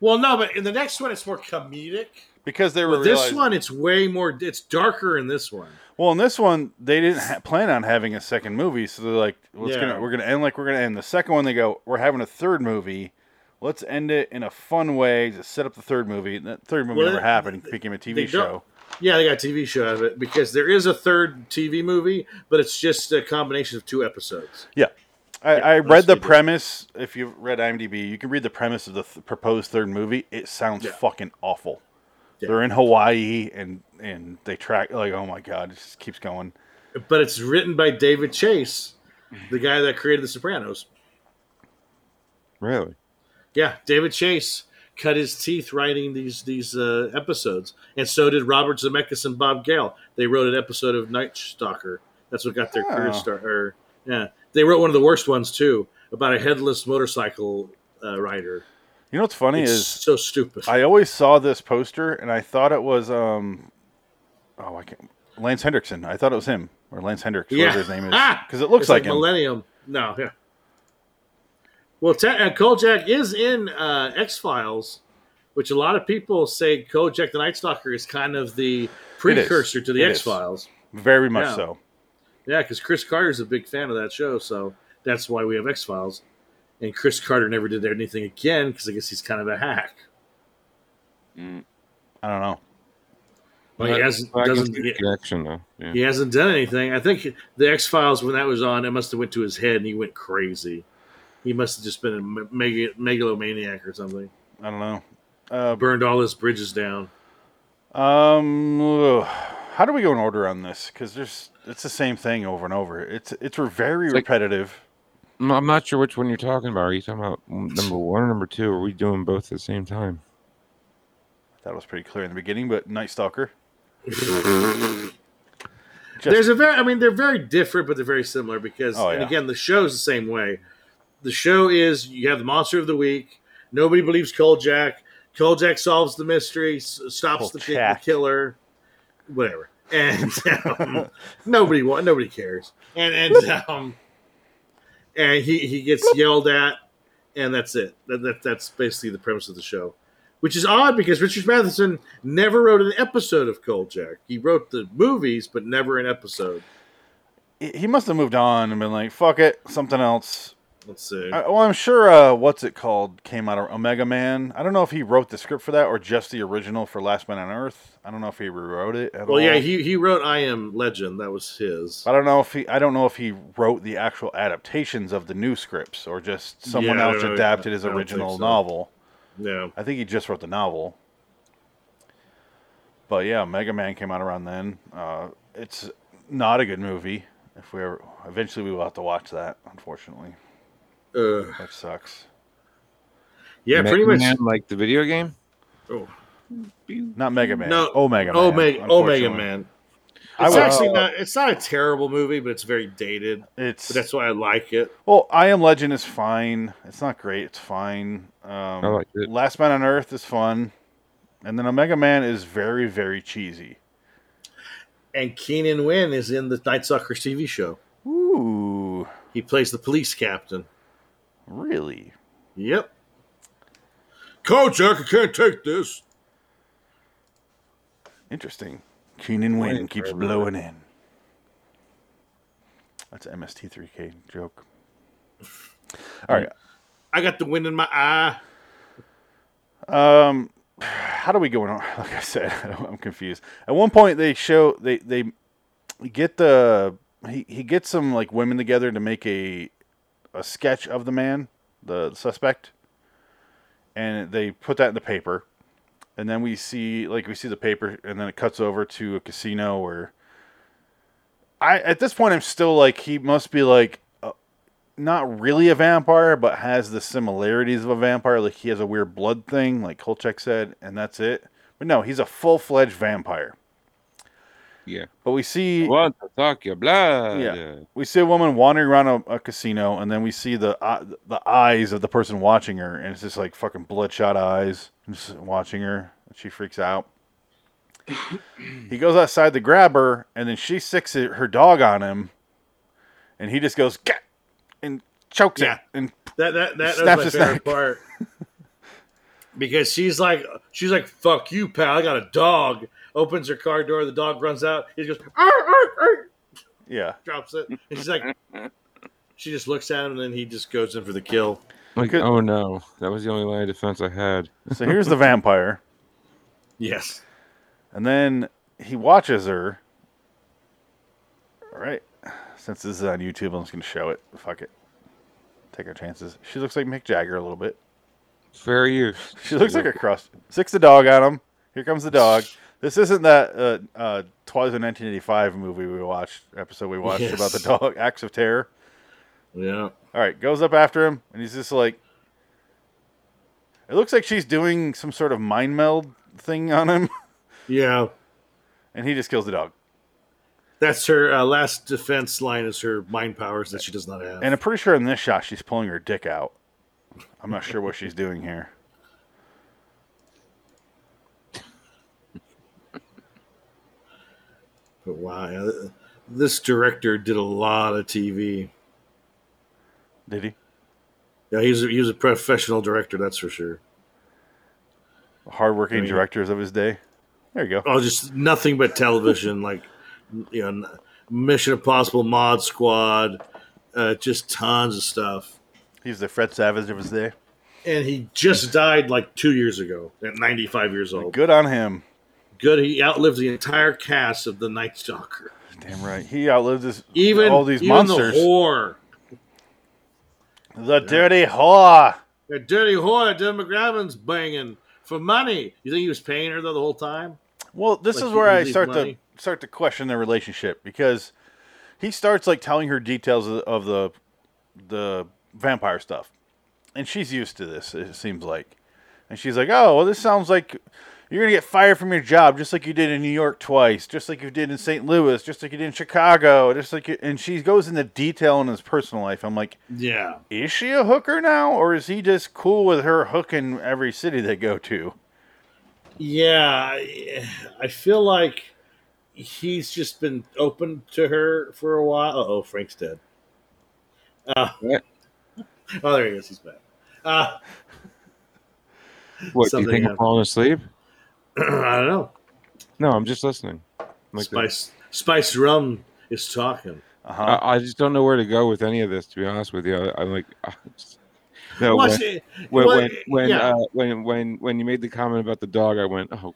Well, no, but in the next one, it's more comedic. because they were But this realizing- one, it's way more. It's darker in this one. Well, in this one, they didn't ha- plan on having a second movie, so they're like, "Let's Yeah. gonna we're gonna end like we're gonna end." The second one, they go, "We're having a third movie. Let's end it in a fun way to set up the third movie." And that third movie Well, never happened. It became a they TV don't- show. Yeah, they got a TV show out of it because there is a third TV movie, but it's just a combination of two episodes. Yeah, I, I that's read the what they did. premise. If you read IMDb, you can read the premise of the th- proposed third movie. It sounds Yeah. fucking awful. Yeah. They're in Hawaii and and they track like, oh my god, it just keeps going. But it's written by David Chase, the guy that created The Sopranos. Really? Yeah, David Chase cut his teeth writing these these uh, episodes, and so did Robert Zemeckis and Bob Gale. They wrote an episode of Night Stalker. That's what got their career Oh. start. Or yeah, they wrote one of the worst ones too about a headless motorcycle uh, rider. You know what's funny It's is so stupid. I always saw this poster and I thought it was um oh I can't Lance Hendrickson. I thought it was him or Lance Hendricks, whatever his name is, because it looks Ah! like, It's him. Millennium. No, yeah. Well, te- uh, Kojak is in uh, X Files, which a lot of people say Kojak the Night Stalker is kind of the precursor to the It X is. Files. Very much Yeah. so. Yeah, because Chris Carter's a big fan of that show, so that's why we have X Files. And Chris Carter never did anything again because I guess he's kind of a hack. I don't know. Well, he But- hasn't but I can doesn't see the connection though. Yeah. he hasn't done anything. I think the X Files when that was on, it must have went to his head and he went crazy. He must have just been a me- mega- megalomaniac or something. I don't know. Uh, Burned all his bridges down. um, ugh. how do we go in order on this? Because there's it's the same thing over and over. It's it's re- very like- repetitive. I'm- I'm not sure which one you're talking about. Are you talking about number one or number two? Are we doing both at the same time? That was pretty clear in the beginning, but Night Stalker. Just- There's a very, I mean, they're very different, but they're very similar because, Oh, and yeah. again, the show's the same way. The show is you have the monster of the week. Nobody believes Kojak. Kojak solves the mystery, s- stops the, ki- the Kojak. killer, whatever. And um, nobody wa- nobody cares. And and um, and he he gets yelled at, and that's it. That, that that's basically the premise of the show. Which is odd because Richard Matheson never wrote an episode of Kojak. He wrote the movies, but never an episode. He he must have moved on and been like, "Fuck it, something else." Let's see. I, well, I'm sure uh, what's it called came out of Omega Man. I don't know if he wrote the script for that or just the original for Last Man on Earth. I don't know if he rewrote it. At well, all. yeah, he, he wrote I Am Legend. That was his. I don't know if he. I don't know if he wrote the actual adaptations of the new scripts or just someone Yeah, I else don't know. adapted his I don't think original so. novel. Yeah. I think he just wrote the novel. But yeah, Mega Man came out around then. Uh, it's not a good movie. If we ever, eventually we will have to watch that. Unfortunately, Uh, that sucks. yeah, Mega pretty much. Man, like the video game. Oh. Not Mega Man. No, Omega Man. Oh, Mega, oh, Mega unfortunately. Man. I It's would- actually not. It's not a terrible movie, but it's very dated. It's But that's why I like it. well, I Am Legend is fine. It's not great. It's fine. Um, I liked it. Last Man on Earth is fun, and then Omega Man is very very cheesy. And Keenan Wynn is in the Night Stalkers TV show. Ooh, He plays the police captain. really? Yep. Kojak, I can't take this. Interesting. Keenan Wynn Wait, keeps wait, blowing in. That's an MST3K joke. All right. I got the wind in my eye. Um, how do we go on? Like I said, I don't- I'm confused. At one point, they show they they get the he, he gets some like women together to make a a sketch of the man, the suspect, and they put that in the paper. And then we see like we see the paper, and then it cuts over to a casino where I at this point I'm still like he must be like not really a vampire, but has the similarities of a vampire. Like he has a weird blood thing, like Kolchak said, and that's it. But no, he's a full fledged vampire. Yeah. But we see Want to talk your blood? yeah. We see a woman wandering around a, a casino, and then we see the uh, the eyes of the person watching her, and it's just like fucking bloodshot eyes, just watching her. And she freaks out. he goes outside to grab her, and then she sticks it- her dog on him, and he just goes "Gah!" and chokes Yeah. it and That that that, that Snaps was his my favorite neck. part. Because she's like she's like, fuck you, pal, I got a dog. Opens her car door, the dog runs out, he goes, "Arr, arr, arr," yeah. drops it. And she's like She just looks at him and then he just goes in for the kill. Like, Could- oh no, that was the only line of defense I had. So here's the vampire. Yes. And then he watches her. All right. Since this is on YouTube, I'm just going to show it. Fuck it. Take our chances. She looks like Mick Jagger a little bit. Fair use. She looks like a crust. Six the dog on him. Here comes the dog. This isn't that uh, uh, Twas in 1985 movie we watched, episode we watched Yes. about the dog, Acts of Terror. Yeah. All right, goes up after him, and he's just like, it looks like she's doing some sort of mind meld thing on him, Yeah. and he just kills the dog. That's her uh, last defense line is her mind powers that she does not have. And I'm pretty sure in this shot she's pulling her dick out. I'm not sure what she's doing here. But wow, this director did a lot of TV. Did he? Yeah, he was, he was a professional director, that's for sure. Hardworking I mean- directors of his day. There you go. Oh, just nothing but television, like you know, Mission Impossible, Mod Squad, uh, just tons of stuff. He's the Fred Savage of his day. And he just died like two years ago at 95 years old. Good on him. Good, he outlived the entire cast of the Night Stalker, Damn right. He outlived his, even all these even monsters. The The, whore, dirty whore. the dirty whore, Jim McGravin's banging for money. You think he was paying her though the whole time? Well, this Like, is he where I leaves start money. to start to question their relationship because he starts like telling her details of, of the the vampire stuff, and she's used to this. It seems like, and she's like, "Oh, well, this sounds like you're gonna get fired from your job, just like you did in New York twice, just like you did in St. Louis, just like you did in Chicago, just like." You, and she goes into detail in his personal life. I'm like, Yeah, is she a hooker now, or is he just cool with her hooking every city they go to? Yeah, I- I feel like he's just been open to her for a while. Uh oh, Frank's dead. Uh, What? Oh, there he is. He's back. Uh, What do you Something think I'm happened. falling asleep? I don't know. No, I'm just listening. Like that. Spice Spice Rum is talking. Uh-huh. I, I just don't know where to go with any of this. To be honest with you, I, I'm like, no. Well, when- she- when well, when when, yeah. uh, when when when you made the comment about the dog, I went, oh, God.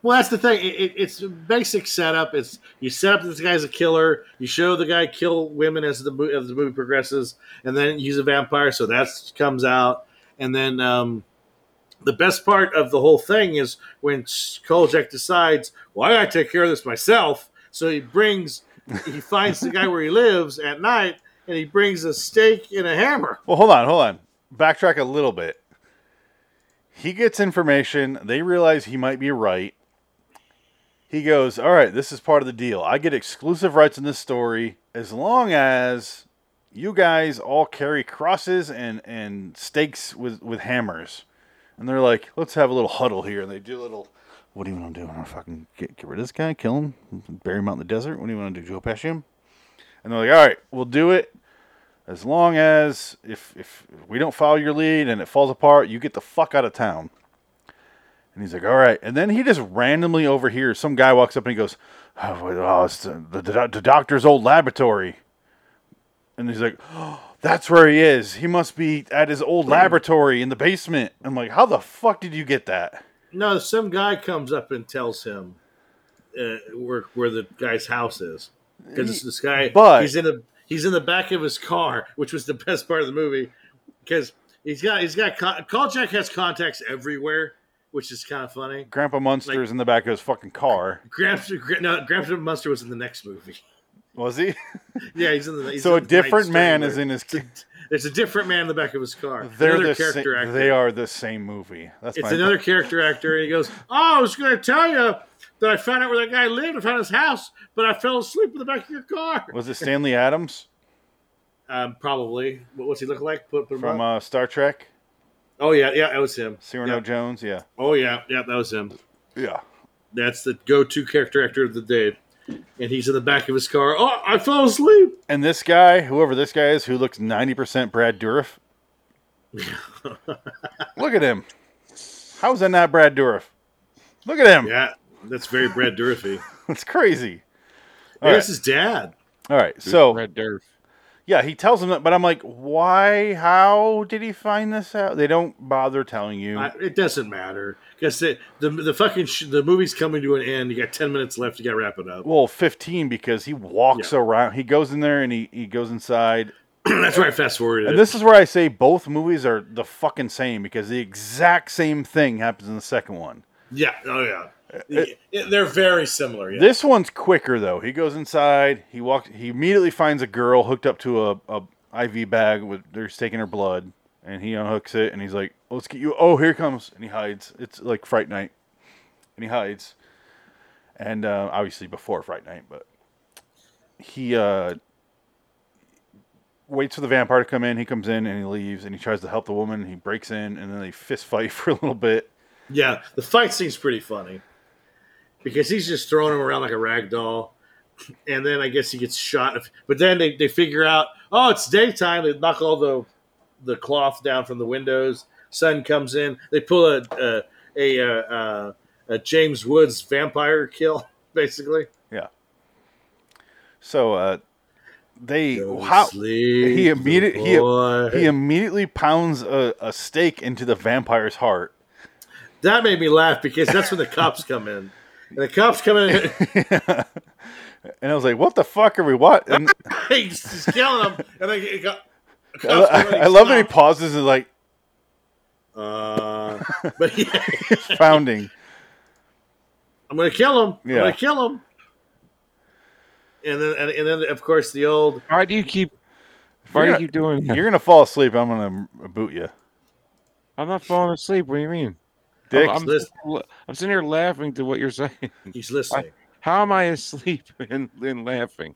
Well, that's the thing. It, it, it's a basic setup. It's you set up this guy's a killer. You show the guy kill women as the mo- as the movie progresses, and then he's a vampire, so that comes out. And then um, the best part of the whole thing is when Koljak decides, "Well, I gotta take care of this myself." So he brings, he finds the guy where he lives at night, and he brings a stake and a hammer. Well, hold on, hold on. Backtrack a little bit. He gets information. They realize he might be right. He goes, All right, this is part of the deal. I get exclusive rights in this story as long as you guys all carry crosses and, and stakes with, with hammers. And they're like, Let's have a little huddle here. And they do a little, What do you want to do? I want to fucking get, get rid of this guy, kill him, bury him out in the desert. What do you want to do? Joe Pesci him? And they're like, All right, we'll do it as long as if if we don't follow your lead and it falls apart, you get the fuck out of town. And he's like, all right. And then he just randomly overhears some guy walks up and he goes, oh, well, oh, it's the, the, the doctor's old laboratory. And he's like, that's where he is. He must be at his Hmm. old laboratory in the basement. I'm like, how the fuck did you get that? No, some guy comes up and tells him uh, where where the guy's house is because this guy But- he's in the he's in the back of his car, which was the best part of the movie because he's got he's got con- Kolchak has contacts everywhere, which is kind of funny. Grandpa Munster's Like- in the back of his fucking car. Gramps, Gra- no, Gramps Munster was in the next movie. Was he? Yeah, he's in the. He's so a in the Night different man Stranglers. is in his. There's a different man in the back of his car. They're another the character sa- actor. They are the same movie. That's It's my another character actor, and he goes, "Oh, I was going to tell you that I found out where that guy lived. I found his house, but I fell asleep in the back of your car." Was it Stanley Adams Um, probably. What, what's he look like? Put, put him from up. uh, Star Trek? oh yeah, yeah, that was him. Cyrano Yeah. Jones? Yeah. Oh yeah, yeah, that was him. Yeah. That's the go-to character actor of the day, and he's in the back of his car. Oh, I fell asleep. And this guy, whoever this guy is, who looks 90% Brad Dourif. Look at him. How's that not Brad Dourif? Look at him. Yeah, that's very Brad Dourify. It's crazy. All right. That's his dad. All right. So, Red Durf. yeah, he tells him that, but I'm like, why? How did he find this out? They don't bother telling you. I, it doesn't matter because the, the the fucking sh- the movie's coming to an end. You got ten minutes left. You got to wrap it up. well, 15 because he walks Yeah. around. He goes in there and he, he goes inside. that's where I fast forwarded. And it. this is where I say both movies are the fucking same because the exact same thing happens in the second one. Yeah. Oh, yeah. Yeah, They're very similar. Yeah. Uh, This one's quicker though. He goes inside. He walks. He immediately finds a girl hooked up to a, a IV bag with they're taking her blood, and he unhooks it and he's like, "Let's get you." Oh, here it comes, and he hides. It's like Fright Night, and he hides, and uh, obviously before Fright Night, but he uh, waits for the vampire to come in. He comes in and he leaves, and he tries to help the woman. He breaks in, and then they fist fight for a little bit. yeah. The fight scene's pretty funny because he's just throwing him around like a rag doll. And then I guess he gets shot. But then they, they figure out, oh, it's daytime. They knock all the the cloth down from the windows. Sun comes in. They pull a a, a, a, uh a James Woods vampire kill, basically. So uh, they Go to how. sleep, he immediate- he- boy. He immediately pounds a, a stake into the vampire's heart. that made me laugh because that's when the cops come in. And the cops come in. and I was like, what the fuck are we what? And he's, he's killing him, and then he got. I, I love that he pauses and like Uh, but yeah, pounding. I'm gonna kill him. I'm Yeah. gonna kill him. And then, and, and then, of course, the old. Why do you keep? Why do You're you not- keep doing that? You're gonna fall asleep. I'm gonna boot you. I'm not falling asleep. What do you mean? Dick. I'm, I'm, I'm sitting here laughing to what you're saying. He's listening. How am I asleep and, and laughing?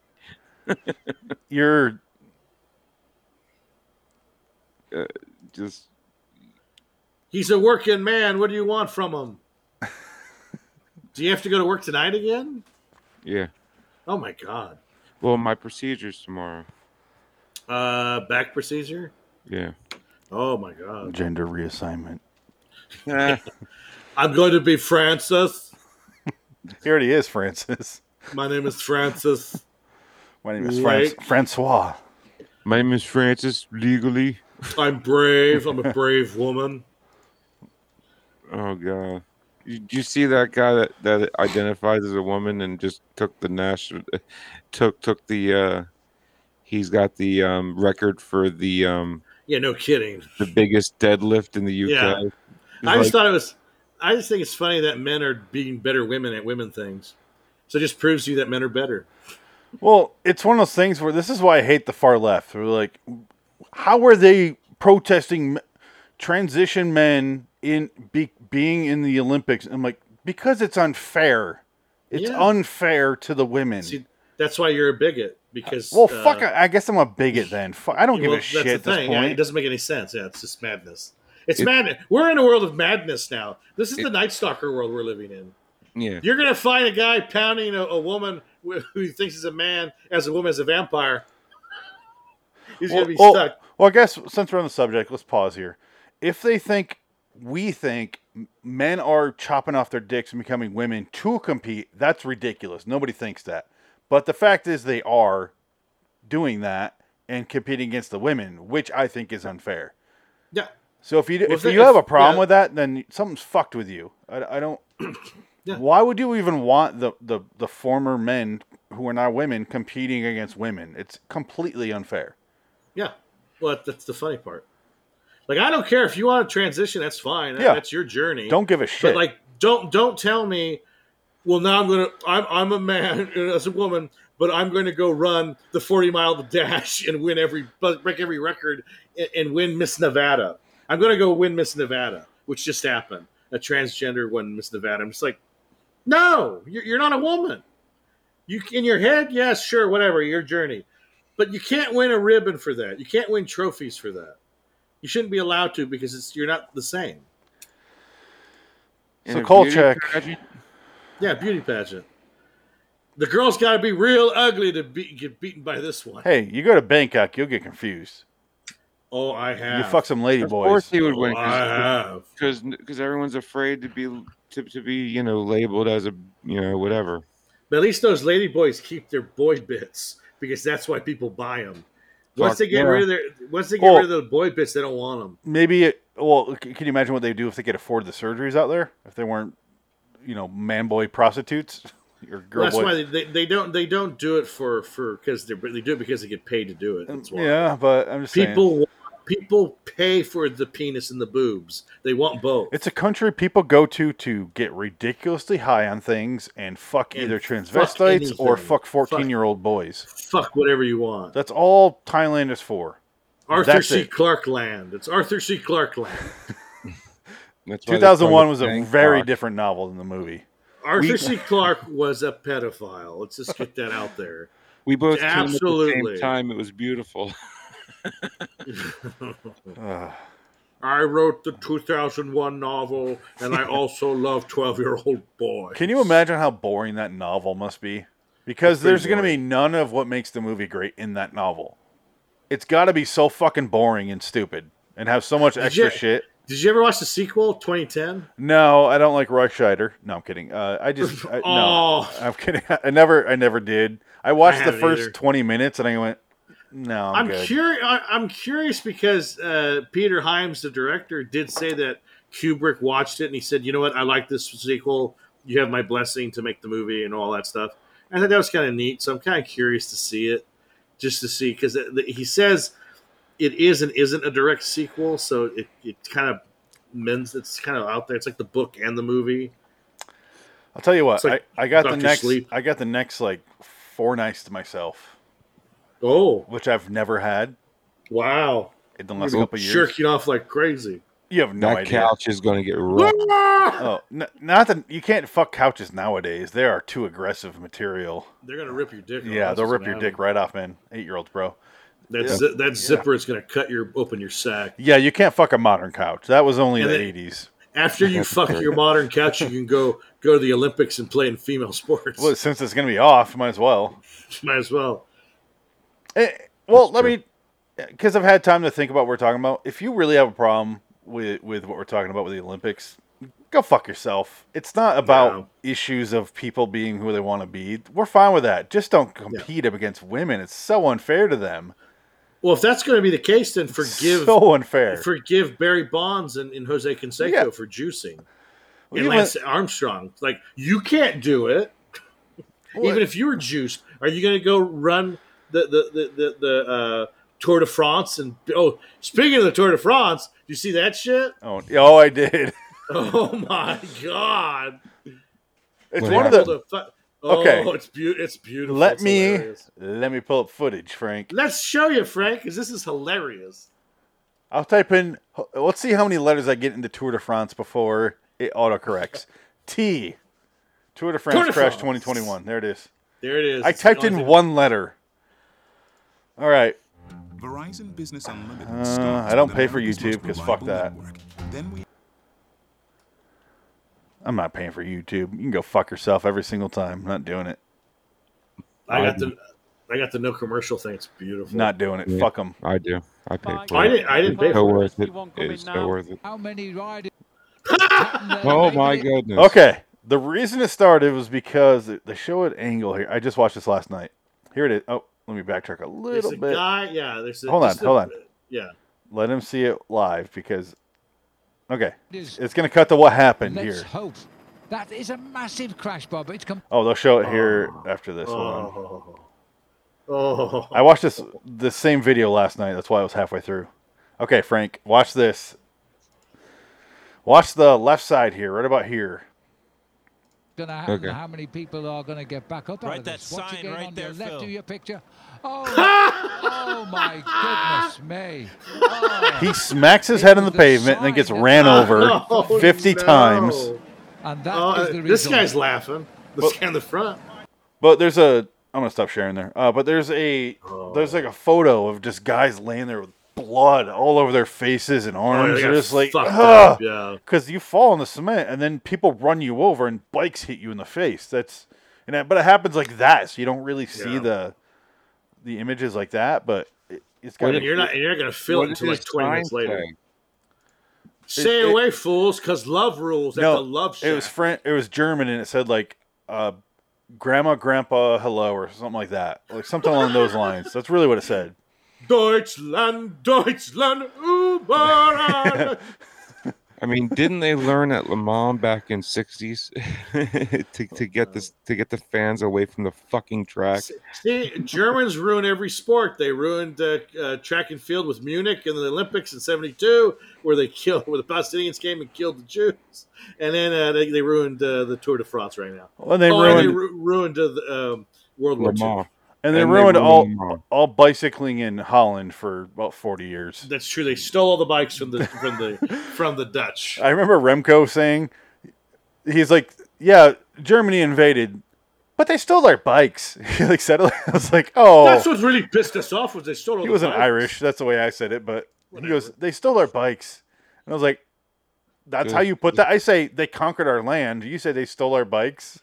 You're Just He's a working man. What do you want from him? do you have to go to work tonight again? yeah. Oh my god! Well, my procedure's tomorrow. Uh, back procedure. Yeah. Oh my god! gender reassignment. Eh, I'm going to be Francis. He already is Francis. My name is Francis. My name is Right. Franc- Francois. my name is Francis. Legally. I'm brave. I'm a brave woman. Oh god. You- Did you see that guy that, that identifies as a woman and just took the national, took took the, uh, he's got the um, record for the um, Yeah, no kidding. the biggest deadlift in the UK. Yeah. It's I just like- thought it was. I just think it's funny that men are being better women at women things. So it just proves to you that men are better. Well, it's one of those things where this is why I hate the far left. We're like, how are they protesting m- transition men in be, being in the Olympics? I'm like, because it's unfair. It's Yeah. unfair to the women. See, that's why you're a bigot because well, uh, fuck. I I guess I'm a bigot then. Fuck, I don't give well, a shit the at this thing. Yeah, it point. doesn't make any sense. Yeah, it's just madness. It's madness. We're in a world of madness now. This is the Night Stalker world we're living in. yeah. You're gonna find a guy pounding a, a woman wi- who he thinks is a man as a woman as a vampire. He's well, gonna be well- stuck. well, I guess since we're on the subject, let's pause here. If they think we think m- men are chopping off their dicks and becoming women to compete, that's ridiculous. Nobody thinks that. But the fact is, they are doing that, and competing against the women, which I think is unfair. Yeah. So if you Well, if if it- you have a if- problem yeah. with that, then something's fucked with you. I, I don't. Yeah. Why would you even want the, the the former men who are now women competing against women? It's completely unfair. Yeah. Well, that- that's the funny part. Like, I don't care if you want to transition. That's fine. That- Yeah. That's your journey. Don't give a But shit. like, don't don't tell me. Well, now I'm gonna. I'm I'm a man as a woman, but I'm going to go run the 40 mile dash and win every break every record and, and win Miss Nevada. I'm going to go win Miss Nevada, which just happened. A transgender won Miss Nevada. I'm just like, no, you're, you're not a woman. You in your head, yes, sure, whatever, your journey, but you can't win a ribbon for that. You can't win trophies for that. You shouldn't be allowed to because it's you're not the same. So In a beauty Kolchak- pageant, Yeah, beauty pageant. The girl's got to be real ugly to be, get beaten by this one. hey, you go to Bangkok, you'll get confused. Oh, I have. You fuck some lady Of course boys. he would win. Oh, I have. because because everyone's afraid to be to, to be you know labeled as a you know whatever. But at least those lady boys keep their boy bits because that's why people buy them. Once Fuck they get yeah. rid of their, once they get Well- rid of the boy bits, they don't want them. Maybe it. Well, c- can you imagine what they do if they could afford the surgeries out there? If they weren't, you know, man boy prostitutes or girl that's boy. why they, they, they don't they don't do it for for because they they do it because they get paid to do it. That's why. yeah, but I'm just saying. People want- people pay for the penis and the boobs. They want both. It's a country people go to to get ridiculously high on things and fuck And either fuck transvestites or anything. fuck Fuck. 14 year old boys. Fuck whatever you want. That's all Thailand is for. Arthur that's C. it. Clarke land. It's Arthur C. Clarke land. That's why they call 2001 it was a Bangkok. very different novel than the movie. Arthur We- C. Clarke was a pedophile. Let's just get that out there. We both came at the Absolutely. same time. It was beautiful. Ugh. I wrote the 2001 novel, and I also love 12 year old boys. Can you imagine how boring that novel must be? Because pretty there's going to be none of what makes the movie great in that novel. It's got to be so fucking boring and stupid and have so much extra you- shit. Did you ever watch the sequel, 2010? No, I don't like Roy Scheider. No, I'm kidding. Uh, I just I, Oh. no, I'm kidding. I never, I never did. I watched the haven't first either. 20 minutes and I went, no, I'm, I'm good. curious. I'm curious because uh, Peter Himes, the director, did say that Kubrick watched it and he said, "You know what? I like this sequel. You have my blessing to make the movie and all that stuff." I thought that was kind of neat. So I'm kind of curious to see it, just to see because he says it is and isn't a direct sequel, so it, it kind of mends. It's kind of out there. It's like the book and the movie. I'll tell you what. It's like I, I got the Dr. next. Sleep. I got the next like four nights to myself, Oh which I've never had wow! in the last Ooh, couple of years. Jerking off like crazy. You have no that idea. couch is going to get rocked. Oh, n- not that you can't fuck couches nowadays. They are too aggressive material. They're gonna rip your dick. off. Yeah, Oh, That's they'll what's rip gonna your happen. dick right off, man. Eight year olds, bro. That Yeah. zi- that zipper is going to cut your open your sack. Yeah, you can't fuck a modern couch. That was only in And the they- eighties. After you fuck your modern couch, you can go go to the Olympics and play in female sports. Well, since it's gonna be off, might as well. Might as well. Eh, well, That's let true. me, because I've had time to think about what we're talking about. If you really have a problem with with what we're talking about with the Olympics, go fuck yourself. It's not about issues of people being who they want to be. We're fine with that. Just don't compete up against women. It's so unfair to them. Well, if that's going to be the case, then forgive so unfair. forgive Barry Bonds and, and Jose Canseco Yeah. for juicing Well, and you Lance went- Armstrong. Like you can't do it. Well, Even if you were juiced, are you going to go run the the the the, the uh, Tour de France? And oh, speaking of the Tour de France, do you see that shit? oh, yeah, oh, I did. Oh my god! It's Well, one of yeah. Pull the. the fu- Okay. Oh, it's, beau- it's beautiful. Let It's me hilarious. let me pull up footage, Frank. Let's show you, Frank, because this is hilarious. I'll type in. Let's see how many letters I get into Tour de France before it autocorrects. T. Tour de France Tour de crash France. 2021. There it is. There it is. I It's typed the in only thing- one letter. All right. Verizon Business Unlimited. Uh, I don't pay for YouTube because fuck that. Then we I'm not paying for YouTube. You can go fuck yourself every single time. I'm not doing it. I got the. I got the no commercial thing. It's beautiful. Not doing it. Yeah. Fuck 'em. I do. I pay Bye. for I it. didn't. I didn't pay so for it. worth it. You won't come in It's so now. worth it. How many riders? Oh my goodness. Okay. The reason it started was because they show an angle here. I just watched this last night. Here it is. Oh, Let me backtrack a There's little a bit. guy. Yeah, there's a, Hold on, just a- hold on. Yeah, Let him see it live because, okay, Is- it's gonna cut to what happened Let's here. hope. That is a massive crash, Bob. It's com- Oh, they'll show it here after this. Hold on. Oh. Oh. I watched this the same video last night. That's why I was halfway through. Okay, Frank, watch this. Watch the left side here, right about here. gonna happen. Okay. How many people are gonna get back up? Right, out of this? that Watch sign again right on there, your left Phil. of your picture. Oh, oh my goodness me! Oh, He smacks his head on the The pavement and then gets sign. ran over Oh, 50 no. times. and that is Oh, the this result. guy's laughing. This guy in the front. But there's a I'm gonna stop sharing there. Uh, but there's a there's Oh. like a photo of just guys laying there with blood all over their faces and Oh, arms. they They're got just like fucked up, "Ugh." Yeah. because you fall in the cement and then people run you over and bikes hit you in the face. That's and that, but it happens like that, so you don't really see Yeah. the the images like that. But it, it's got And you're not. And you're not gonna feel What it until did like his 20 minutes sign later. say? Stay It- it- away, fools, because love rules. That's no a love shack. It was French. It was German, and it said like uh, "Grandma, Grandpa, hello" or something like that, like something along those lines. That's really what it said. Deutschland, Deutschland, Uber. I mean, didn't they learn at Le Mans back in '60s to, Oh, to get this to get the fans away from the fucking track? See, Germans ruin every sport. They ruined uh, uh, track and field with Munich in the Olympics in '72, where they killed, where the Palestinians came and killed the Jews, and then uh, they, they ruined uh, the Tour de France right now. Well, and they oh, ruined and they ru- ruined uh, the um, World War Le Mans. II. and they and they ruined ruined all them. all bicycling in Holland for about forty years. That's true. They stole all the bikes from the from the from the Dutch. I remember Remco saying, "He's like, yeah, Germany invaded, but they stole our bikes." he like said it. I was like, "Oh, That's what really pissed us off was they stole. All he the wasn't bikes. Irish. That's the way I said it." But he goes, "They stole our bikes," and I was like, "That's Good. how you put that." I say they conquered our land. You say they stole our bikes.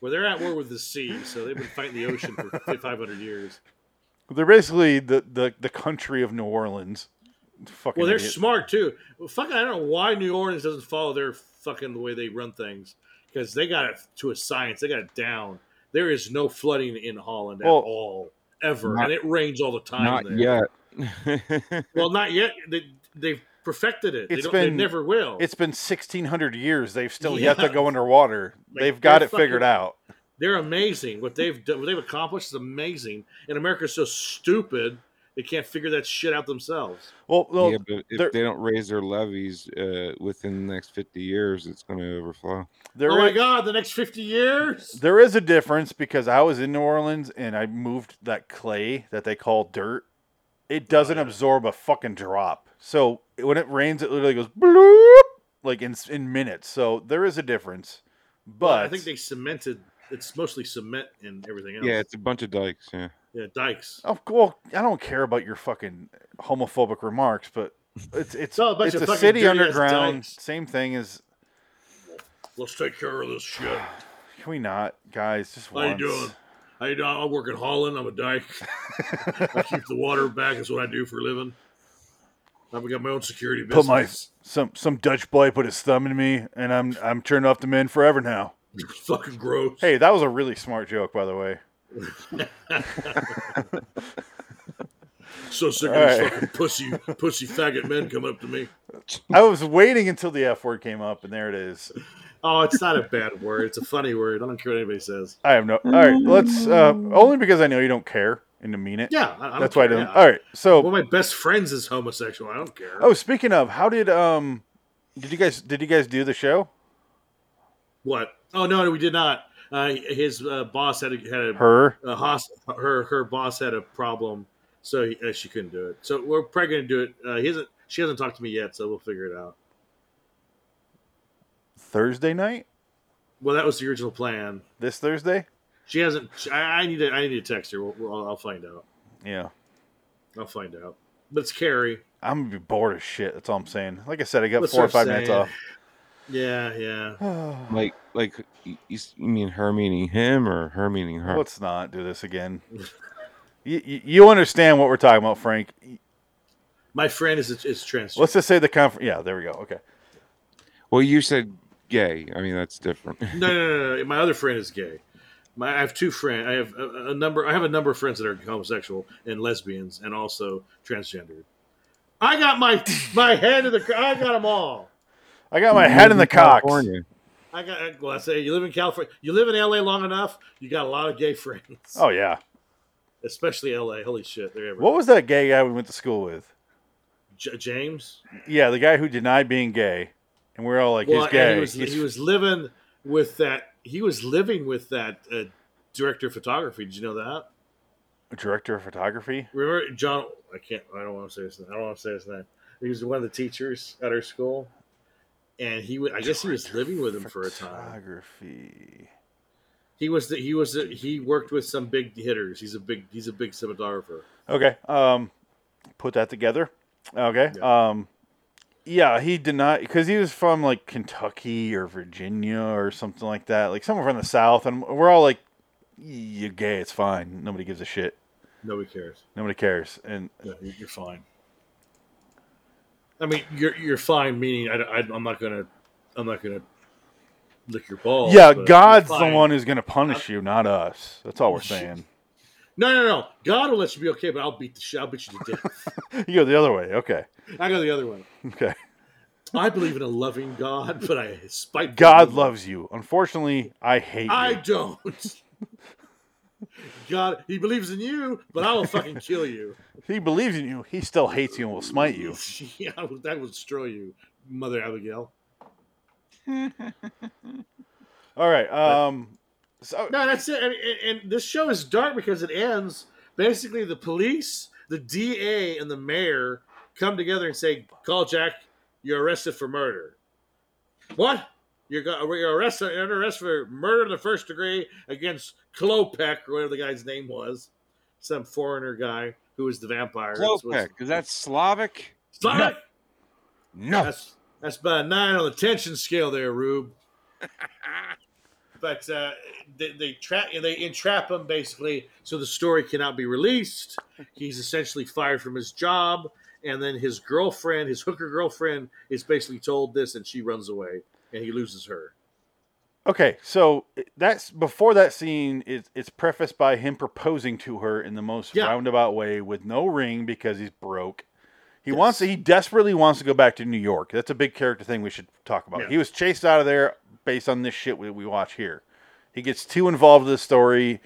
Well, they're at war with the sea, so they've been fighting the ocean for 500 years. They're basically the the, the country of New Orleans. Fucking Well, they're idiot. smart too. Well, fuck, I don't know why New Orleans doesn't follow their fucking the way they run things because they got it to a science. They got it down. There is no flooding in Holland Well, at all ever, not- and it rains all the time. Not there. yet. Well, not yet. They they've perfected It's it. they, don't, been- they never will. It's been 1600 years. They've still yet Yeah. to go underwater. Like, They've got they're it figured fucking- out. they're amazing. What they've done, what they've accomplished is amazing. And America's so stupid they can't figure that shit out themselves. Well, well yeah, but there- if they don't raise their levies uh, within the next 50 years, it's going to overflow. there oh my is- god, the next 50 years. There is a difference because I was in New Orleans and I moved that clay that they call dirt. It Oh, doesn't absorb a fucking drop. So when it rains, it literally goes bloop like in in minutes. So there is a difference. But I think they cemented. It's mostly cement and everything else. Yeah, it's a bunch of dikes. Yeah. yeah dikes. oh, well, I don't care about your fucking homophobic remarks, but it's it's all a bunch it's of a fucking city dirty-ass underground. dykes. Same thing as Let's take care of this shit. can we not, guys? Just How you once. doing? How you doing? I work in Holland. I'm a dyke. I keep the water back. That's what I do for a living. I've got my own security Put my business. some some Dutch boy put his thumb in me, and I'm I'm turning off the men forever now. It's fucking gross. Hey, that was a really smart joke, by the way. so sick of these alright. fucking pussy, pussy faggot men coming up to me. I was waiting until the F word came up, and there it is. Oh, it's not a bad word. It's a funny word. I don't care what anybody says. I have no. All right, let's. Uh, only because I know you don't care and to mean it. Yeah, I, I that's don't why I care. didn't. Yeah. All right, so One of my best friends is homosexual. I don't care. oh, speaking of, how did um, did you guys did you guys do the show? What? Oh no, no, we did not. Uh, his uh, boss had a, had a Her. uh, hos- her her boss had a problem, so he, uh, she couldn't do it. So we're probably gonna do it. Uh, he hasn't she hasn't talked to me yet, so we'll figure it out. Thursday night. Well, that was the original plan. This Thursday. She hasn't. I, I need to. I need to text her. We'll, we'll, I'll find out. Yeah, I'll find out. But it's Carrie. I'm gonna be bored as shit. That's all I'm saying. Like I said, I got That's four or what five I'm minutes saying. off. Yeah, yeah. Like, like you, you s- you mean her meaning him or her meaning her? Let's not do this again. You, you, you understand what we're talking about, Frank. My friend is is trans. Let's just say the conference. Yeah, there we go. Okay. well, you said gay. I mean, that's different. No, no, no, no. My other friend is gay. my I have two friends. I have a, a number. I have a number of friends that are homosexual and lesbians and also transgendered. I got my my head in the. co- I got them all. I got my head in the cocks. California. I got. Well, I say you live in California. You live in L.A. long enough. You got a lot of gay friends. Oh yeah. especially L.A. Holy shit, they're everywhere. What was that gay guy we went to school with? J- James? Yeah, the guy who denied being gay, and we are all like, Well, he's and gay. He was, He's- he was living with that. He was living with that uh, director of photography. Did you know that? director of photography. Remember John? I can't. I don't want to say his. name. I don't want to say his name. He was one of the teachers at our school, and he. wa- I guess he was living with him for a time. Photography. He was. The, he was. The, he worked with some big hitters. He's a big. He's a big cinematographer. Okay. Um, put that together. Okay. Um, yeah, he did not because he was from like Kentucky or Virginia or something like that, like somewhere from the South, and we're all like, "You're gay. It's fine. Nobody gives a shit. Nobody cares. Nobody cares." And Yeah, you're, you're fine. I mean, you're you're fine. Meaning, I, am not gonna. I'm not gonna lick your balls. yeah, but you're God's the fine. one who's gonna punish you, not us. That's all we're saying. No, no, no. God will let you be okay, but I'll beat the shit. I'll beat you to death. you go the other way. Okay. I go the other way. Okay. I believe in a loving God, but I spite God loves you. Unfortunately, I hate I you. don't. God, he believes in you, but I will fucking kill you. He believes in you. He still hates you and will smite you. yeah, I will, that will destroy you, Mother Abigail. All right. Um. So No, that's it. And, and, and this show is dark because it ends. Basically, the police, the DA, and the mayor come together and say, "Call Jack. You're arrested for murder." What? You're, go- you're arrested you're under arrest for murder in the first degree against Klopek or whatever the guy's name was, some foreigner guy who was the vampire. That's what's- Klopek. Is that Slavic? Sorry. Oh. No. That's that's about a nine on the tension scale there, Rube. but uh, they they trap they entrap him basically, so the story cannot be released. He's essentially fired from his job, and then his girlfriend, his hooker girlfriend, is basically told this, and she runs away, and he loses her. okay. So eh, that's before that scene. It's it's prefaced by him proposing to her in the most Yeah. roundabout way with no ring because he's broke. He wants. He desperately wants to go back to New York. That's a big character thing we should talk about. Yeah. He was chased out of there based on this shit we, we watch here. He gets too involved in the story,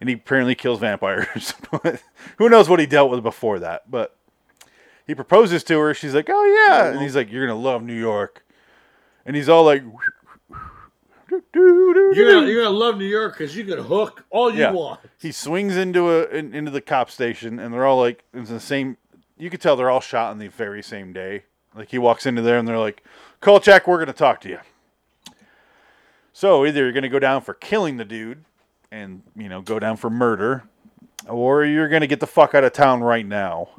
and he apparently kills vampires. But Who knows what he dealt with before that? But he proposes to her. She's like, "Oh yeah," and he's like, "You're gonna love New York," and he's all like, You're gonna, you're gonna love New York because you can hook all you Yeah. want. he swings into a in, into the cop station and they're all like it's the same you could tell they're all shot on the very same day like he walks into there and they're like kolchak we're going to talk to you so either you're going to go down for killing the dude and you know go down for murder or you're going to get the fuck out of town right now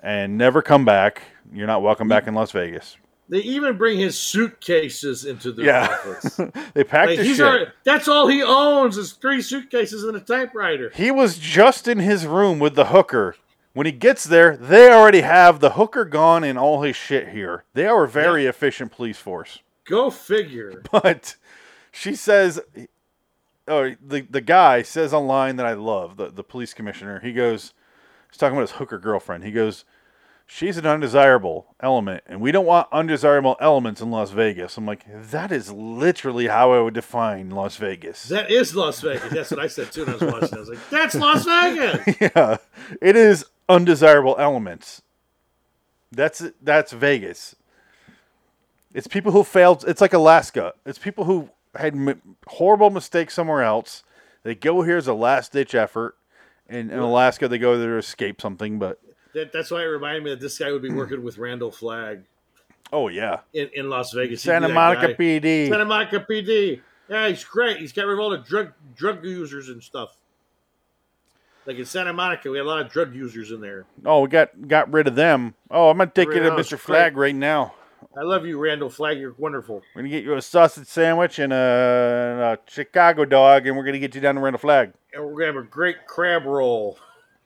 and never come back you're not welcome back in las vegas They even bring his suitcases into the Yeah. office. they packed Like, his he's shit. already, that's all he owns is three suitcases and a typewriter. He was just in his room with the hooker. When he gets there, they already have the hooker gone and all his shit here. They are a very efficient police force. Go figure. But she says, or the, the guy says a line that I love, the, the police commissioner. He goes, he's talking about his hooker girlfriend. He goes, she's an undesirable element, and we don't want undesirable elements in Las Vegas. I'm like, that is literally how I would define Las Vegas. That is Las Vegas. That's what I said too when I was watching. I was like, that's Las Vegas. yeah, it is undesirable elements. That's that's Vegas. It's people who failed. It's like Alaska. It's people who had m- horrible mistakes somewhere else. They go here as a last ditch effort. And in Alaska, they go there to escape something. But That, that's why it reminded me that this guy would be working with Randall Flagg oh yeah, in, in Las Vegas. He'd be Santa that Monica E guy. PD. Santa Monica PD. Yeah, he's great. He's got rid of all the drug drug users and stuff. Like in Santa Monica, we had a lot of drug users in there. oh, we got got rid of them. Oh, I'm gonna take you to Right on, Mr. straight. Flag right now. I love you, Randall Flagg. You're wonderful. We're gonna get you a sausage sandwich and a, and a Chicago dog, and we're gonna get you down to Rent a Flag. And we're gonna have a great crab roll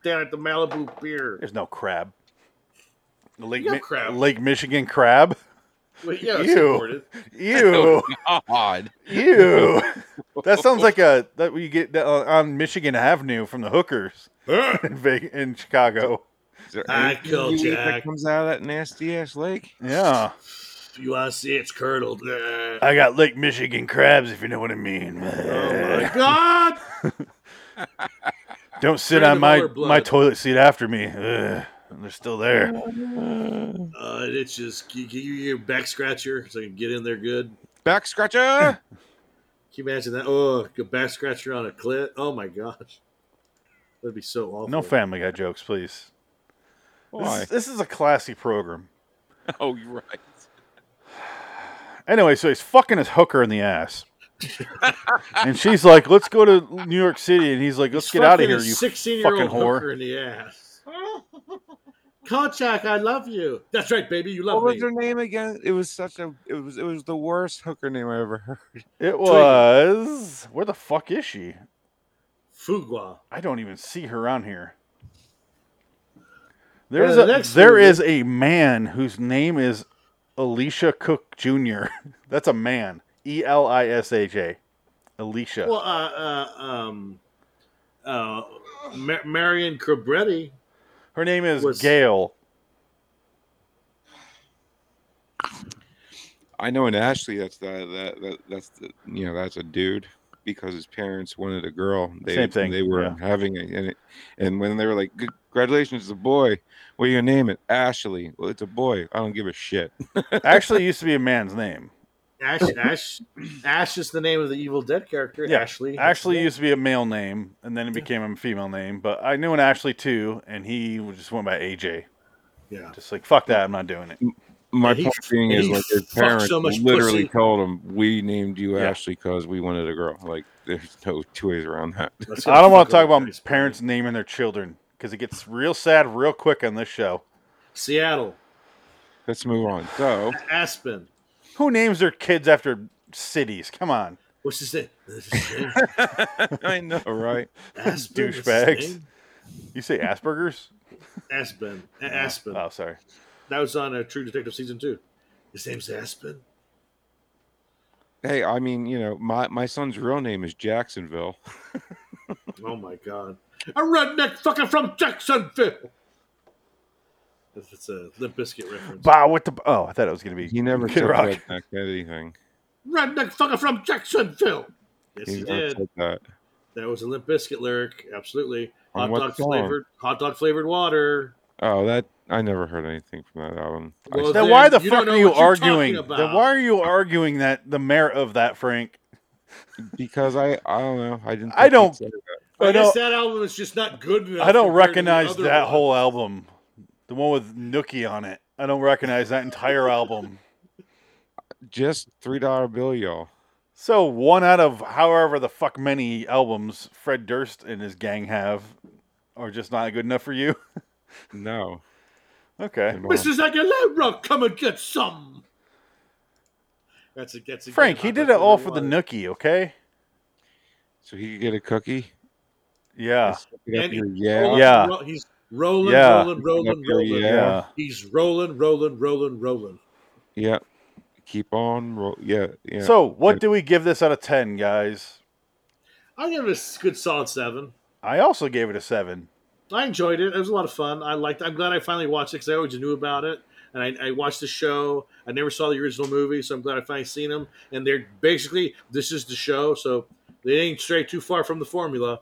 down at the Malibu Beer. There's no crab. The Lake, got Mi- crab. Lake Michigan crab. Well, yeah, it's Ew. imported. Ew. God. Ew. That sounds like a that we get that on- on Michigan Avenue from the hookers in Vegas, in Chicago. Is there I anything killed you eat Jack. That comes out of that nasty ass lake. Yeah, you want to see it's curdled? Uh, I got Lake Michigan crabs if you know what I mean. oh my god! Don't sit Brandon on my Miller blood. my toilet seat after me. Ugh. They're still there. Uh, it's just can you get your back scratcher so I can get in there good. Back scratcher. Can you imagine that? Oh, a back scratcher on a clit. Oh my gosh, that'd be so awful. No Family Guy jokes, please. This Why? is, this is a classy program. Oh, you're right. Anyway, so he's fucking his hooker in the ass. and she's like, let's go to New York City. And he's like, let's get out of here, you fucking sixteen-year-old hooker whore. in the ass. Kolchak, I love you. That's right, baby. You love What was me. her name again? It was such a. It was. It was the worst hooker name I ever heard. It was. Where the fuck is she? Fugwa. I don't even see her on here. There Yeah, is the a, next there one- is a man whose name is Alicia Cook Jr. That's a man. E L I S H A. Alicia. Well, uh, uh, um, uh, Ma- Marion Cabretti. her name is was- Gail. I know in Ashley, that's the, that that that's the you know that's a dude because his parents wanted a girl. They, Same thing, They were yeah. having a and it, and when they were like, "Congratulations, it's a boy. What are you gonna name it? Ashley. Well, it's a boy. I don't give a shit." Actually, it used to be a man's name. Ash, Ash, Ash is the name of the Evil Dead character. Yeah, Ashley. Ashley used to be a male name, and then it became a female name. But I knew an Ashley too, and he just went by AJ. Yeah. Just like fuck that, I'm not doing it. My And he- point being and is he like his fucked so parents much literally pussy. told him, "We named you Yeah. Ashley because we wanted a girl." Like there's no two ways around that. Let's I don't want to go talk over about this. parents naming their children because it gets real sad real quick on this show. Seattle. Let's move on. So Aspen. Who names their kids after cities? Come on. What's his name? That's his name? I know, right? Aspen. that's his Douchebags. name? You say Asperger's? Aspen. A- Aspen. Oh, sorry. That was on uh, True Detective season two. His name's Aspen. Hey, I mean, you know, my my son's real name is Jacksonville. Oh my god. A redneck fucker from Jacksonville. That's that's a Limp Biscuit reference. Bow with the. Oh, I thought it was going to be. He never Kid said Rock. redneck anything. redneck fucker from Jacksonville. Yes, He's he never did. said that. That was a Limp Biscuit lyric. Absolutely. On Hot what dog song? flavored. Hot dog flavored water. Oh, that I never heard anything from that album. I Well, said- Then why the Then you fuck don't are know you what you're talking arguing? Then about. why are you arguing that the merit of that, Frank? because I I don't know. I didn't. I think he don't- said that. I, I guess don't, that album is just not good enough. I don't compared to the recognize other that one. whole album, the one with Nookie on it. I don't recognize that entire album. Just three dollar bill, y'all. So one out of however the fuck many albums Fred Durst and his gang have are just not good enough for you. No. Okay, no. Mrs. Aguilera, come and get some. That's a that's a Frank, he did it all for the no. Nookie. Okay, So he could get a cookie. yeah. Pick And- up oh, your yeah. Yeah. he's rolling, Yeah. rolling, rolling, Yeah. rolling. Yeah. He's rolling, rolling, rolling, rolling. Yeah. Keep on. Roll. Yeah. Yeah. So, what Yeah. do we give this out of 10, guys? I give it a good solid seven. I also gave it a 7. I enjoyed it. It was a lot of fun. I liked. I'm glad I finally watched it because I always knew about it, and I, I watched the show. I never saw the original movie, so I'm glad I finally seen them. And they're basically this is the show, so they ain't stray too far from the formula.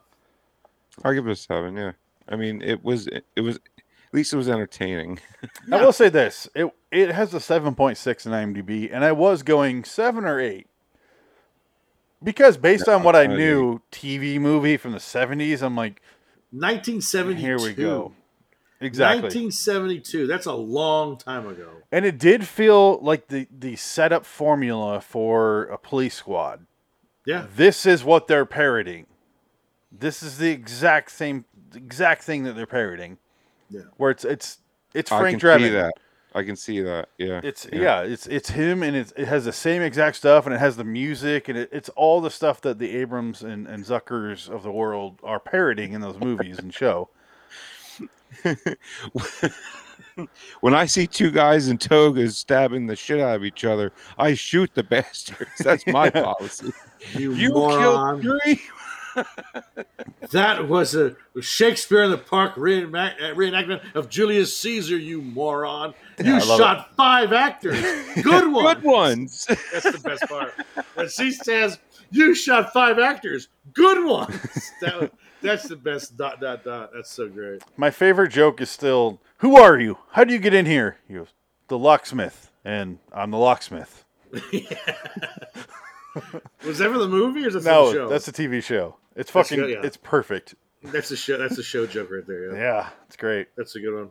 I give it a seven. Yeah. I mean, it was. It was. At least it was entertaining. I will say this. It it has a 7.6 in IMDb and I was going 7 or 8. Because based on what I I knew TV movie from the 70s, I'm like, 1972. here we go. Exactly. 1972. That's a long time ago. And it did feel like the the setup formula for a police squad. Yeah. This is what they're parroting. This is the exact same exact thing that they're parroting. Yeah. Where it's it's it's I Frank can Drebin. see that. I can see that. Yeah. It's yeah. it's it's him, and it's, it has the same exact stuff, and it has the music, and it, it's all the stuff that the Abrams and, and Zuckers of the world are parroting in those movies and show. when I see two guys in togas stabbing the shit out of each other, I shoot the bastards. That's my policy. You, You moron. killed three. That was a Shakespeare in the Park reenact- uh, reenactment of Julius Caesar, you moron. I you love shot five actors. Good one. Good ones. That's the best part. When she says, You shot five actors. Good ones. That, was- that's the best. Dot, dot, dot. That's so great. My favorite joke is still, "Who are you? How do you get in here?" He goes, "The locksmith," and I'm the locksmith. Was that for the movie or is that for the No, show? that's a TV show. It's That's fucking, good, yeah. it's perfect. That's a show. That's a show joke right there. Yeah, Yeah, it's great. that's a good one.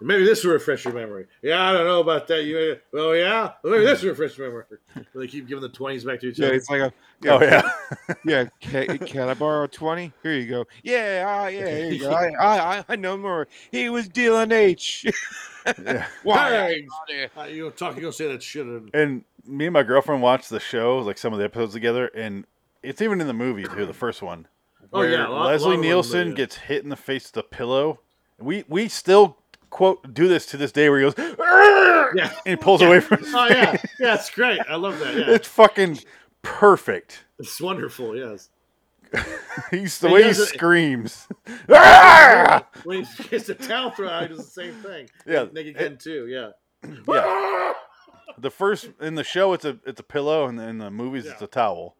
Maybe this will refresh your memory. Yeah, I don't know about that. You, well, yeah, maybe this will refresh your memory. They keep giving the twenties back to each Yeah, other. it's like a Oh yeah, yeah. Can, can I borrow twenty? Here you go. Yeah, ah, yeah. Here you go. I, I, I- I know more. He was dealing H. Why? Hey, uh, you don't talk. You don't say that shit. in- and me and my girlfriend watched the show, like some of the episodes together, and it's even in the movie too, the first one. Oh, where yeah, a lot- a lot of Leslie them are, Nielsen yeah. gets hit in the face with a pillow. We we still quote do this to this day where he goes Yeah. and he pulls away from. His Oh yeah, yeah. It's great. I love that. Yeah, It's fucking perfect. it's wonderful. Yes. He's the He way he does it- screams. yeah, When he gets the towel thrown out, he does the same thing. Yeah, Naked Gun too. Yeah. the first in the show it's a it's a pillow, and in the movies it's Yeah. a towel.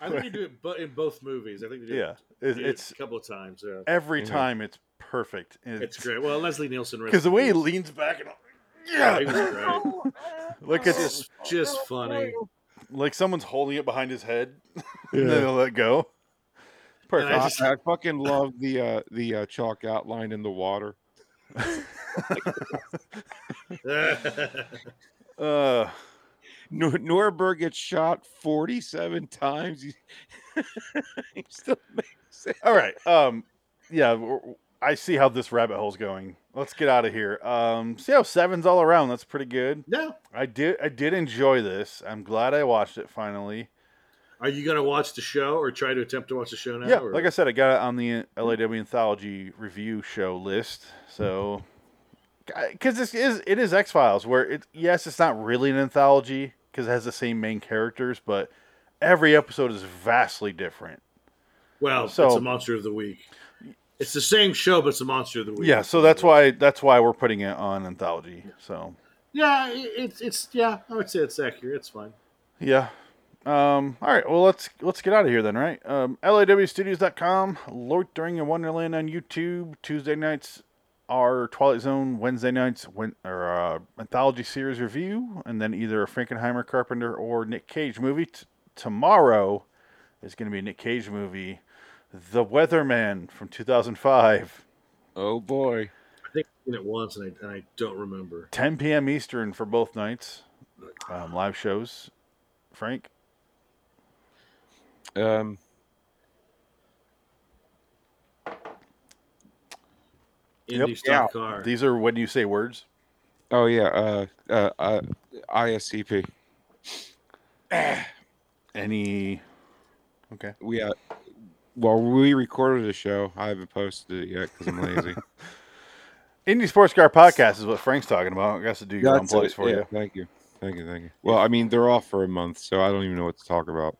I think they do it, but in both movies, I think they do. Yeah, it, it, they do it it's a couple of times. Yeah. every time it's perfect. Mm-hmm. It's great. Well, Leslie Nielsen. rest because the in way he peace. leans back and Yeah, he was great. like Oh, it's just just funny. like someone's holding it behind his head, and then they'll let go. And I Perfect. just- I, I fucking love the uh, the uh, chalk outline in the water. Uh, Nor- Norberg gets shot 47 times. He, he still makes it. all right. Um, yeah, we're- I see how this rabbit hole's going. Let's get out of here. Um, see how sevens all around. That's pretty good. yeah. I did. I did enjoy this. I'm glad I watched it finally. Are you gonna watch the show or try to attempt to watch the show now? Yeah, or- like I said, I got it on the LAW Anthology review show list. So, because this is it is X Files, where it yes, it's not really an anthology because it has the same main characters, but every episode is vastly different. well, it's so- a monster of the week. It's the same show, but it's a monster of the week. Yeah, so that's why that's why we're putting it on anthology. So Yeah, it, it's it's yeah. I would say it's accurate. It's fine. yeah. Um, all right, well let's let's get out of here then, right? Um, LAWstudios.com, Loitering in Wonderland on YouTube. Tuesday nights are Twilight Zone. Wednesday nights win- or uh, anthology series review, and then either a Frankenheimer, Carpenter, or Nick Cage movie. T- tomorrow is going to be a Nick Cage movie, The Weatherman from 2005. Oh boy. I think I've seen it once, and I and I don't remember. 10 p.m. Eastern for both nights. Um, live shows. Frank? Um, Indy Yep. Stock Car. These are when you say words. oh yeah. Uh, uh, uh, ISCP. Any. We uh, well, we recorded a show. I haven't posted it yet because I'm lazy. Indie Sports Car Podcast is what Frank's talking about. I guess to do your own That's place it, for yeah, you. Thank you. Thank you. Thank you. Well, I mean, they're off for a month, so I don't even know what to talk about.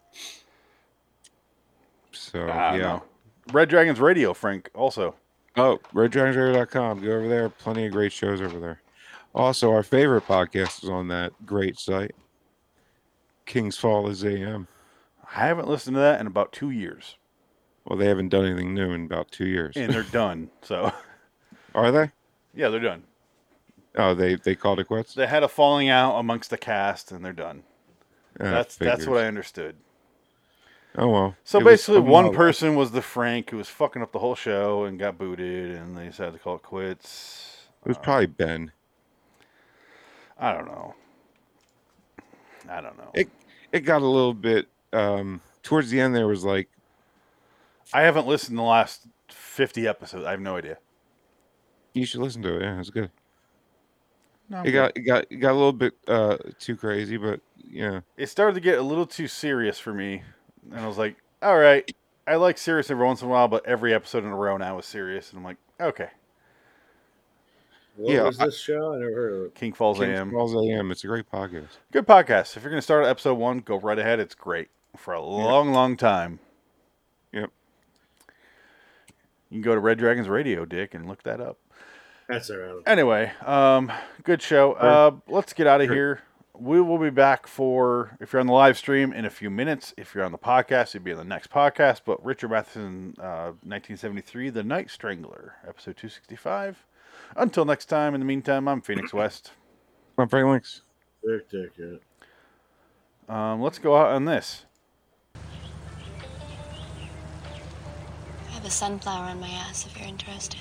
So Ah, I yeah. Ah, don't know. Red Dragons Radio, Frank, also. Oh, reddragonsradio.com. Go over there. Plenty of great shows over there. Also, our favorite podcast is on that great site. King's Fall is AM. I haven't listened to that in about two years, Well, they haven't done anything new in about two years. and they're done. So, Are they? yeah, they're done. Oh, they they called it quits. They had a falling out amongst the cast, and they're done. Ah, that's that's what I figures. understood. Oh well. So It was basically, something one else. person was the Frank who was fucking up the whole show and got booted, and they decided to call it quits. It was probably Ben. I don't know. I don't know. It it got a little bit um towards the end. There was like I haven't listened to the last 50 episodes. I have no idea. you should listen to it. Yeah, it's good. No, It got it got it got a little bit uh too crazy, but yeah. it started to get a little too serious for me. And I was like, all right, I like serious every once in a while, but every episode in a row now is serious. And I'm like, okay. What Yeah, was I- this show? I never heard of it. King Falls King AM. Falls AM. It's a great podcast. Good podcast. If you're going to start at episode one, go right ahead. It's great for a long, long time. Yep. You can go to Red Dragons Radio, Dick, and look that up. That's around. Anyway, um, good show. Uh, let's get out of here. We will be back for if you're on the live stream in a few minutes. If you're on the podcast, you'll be on the next podcast. But Richard Matheson, uh, 1973, The Night Strangler, episode 265. Until next time. In the meantime, I'm Phoenix West. I'm Frank Links. Dick, dick, yeah. Um, let's go out on this. I have a sunflower on my ass if you're interested.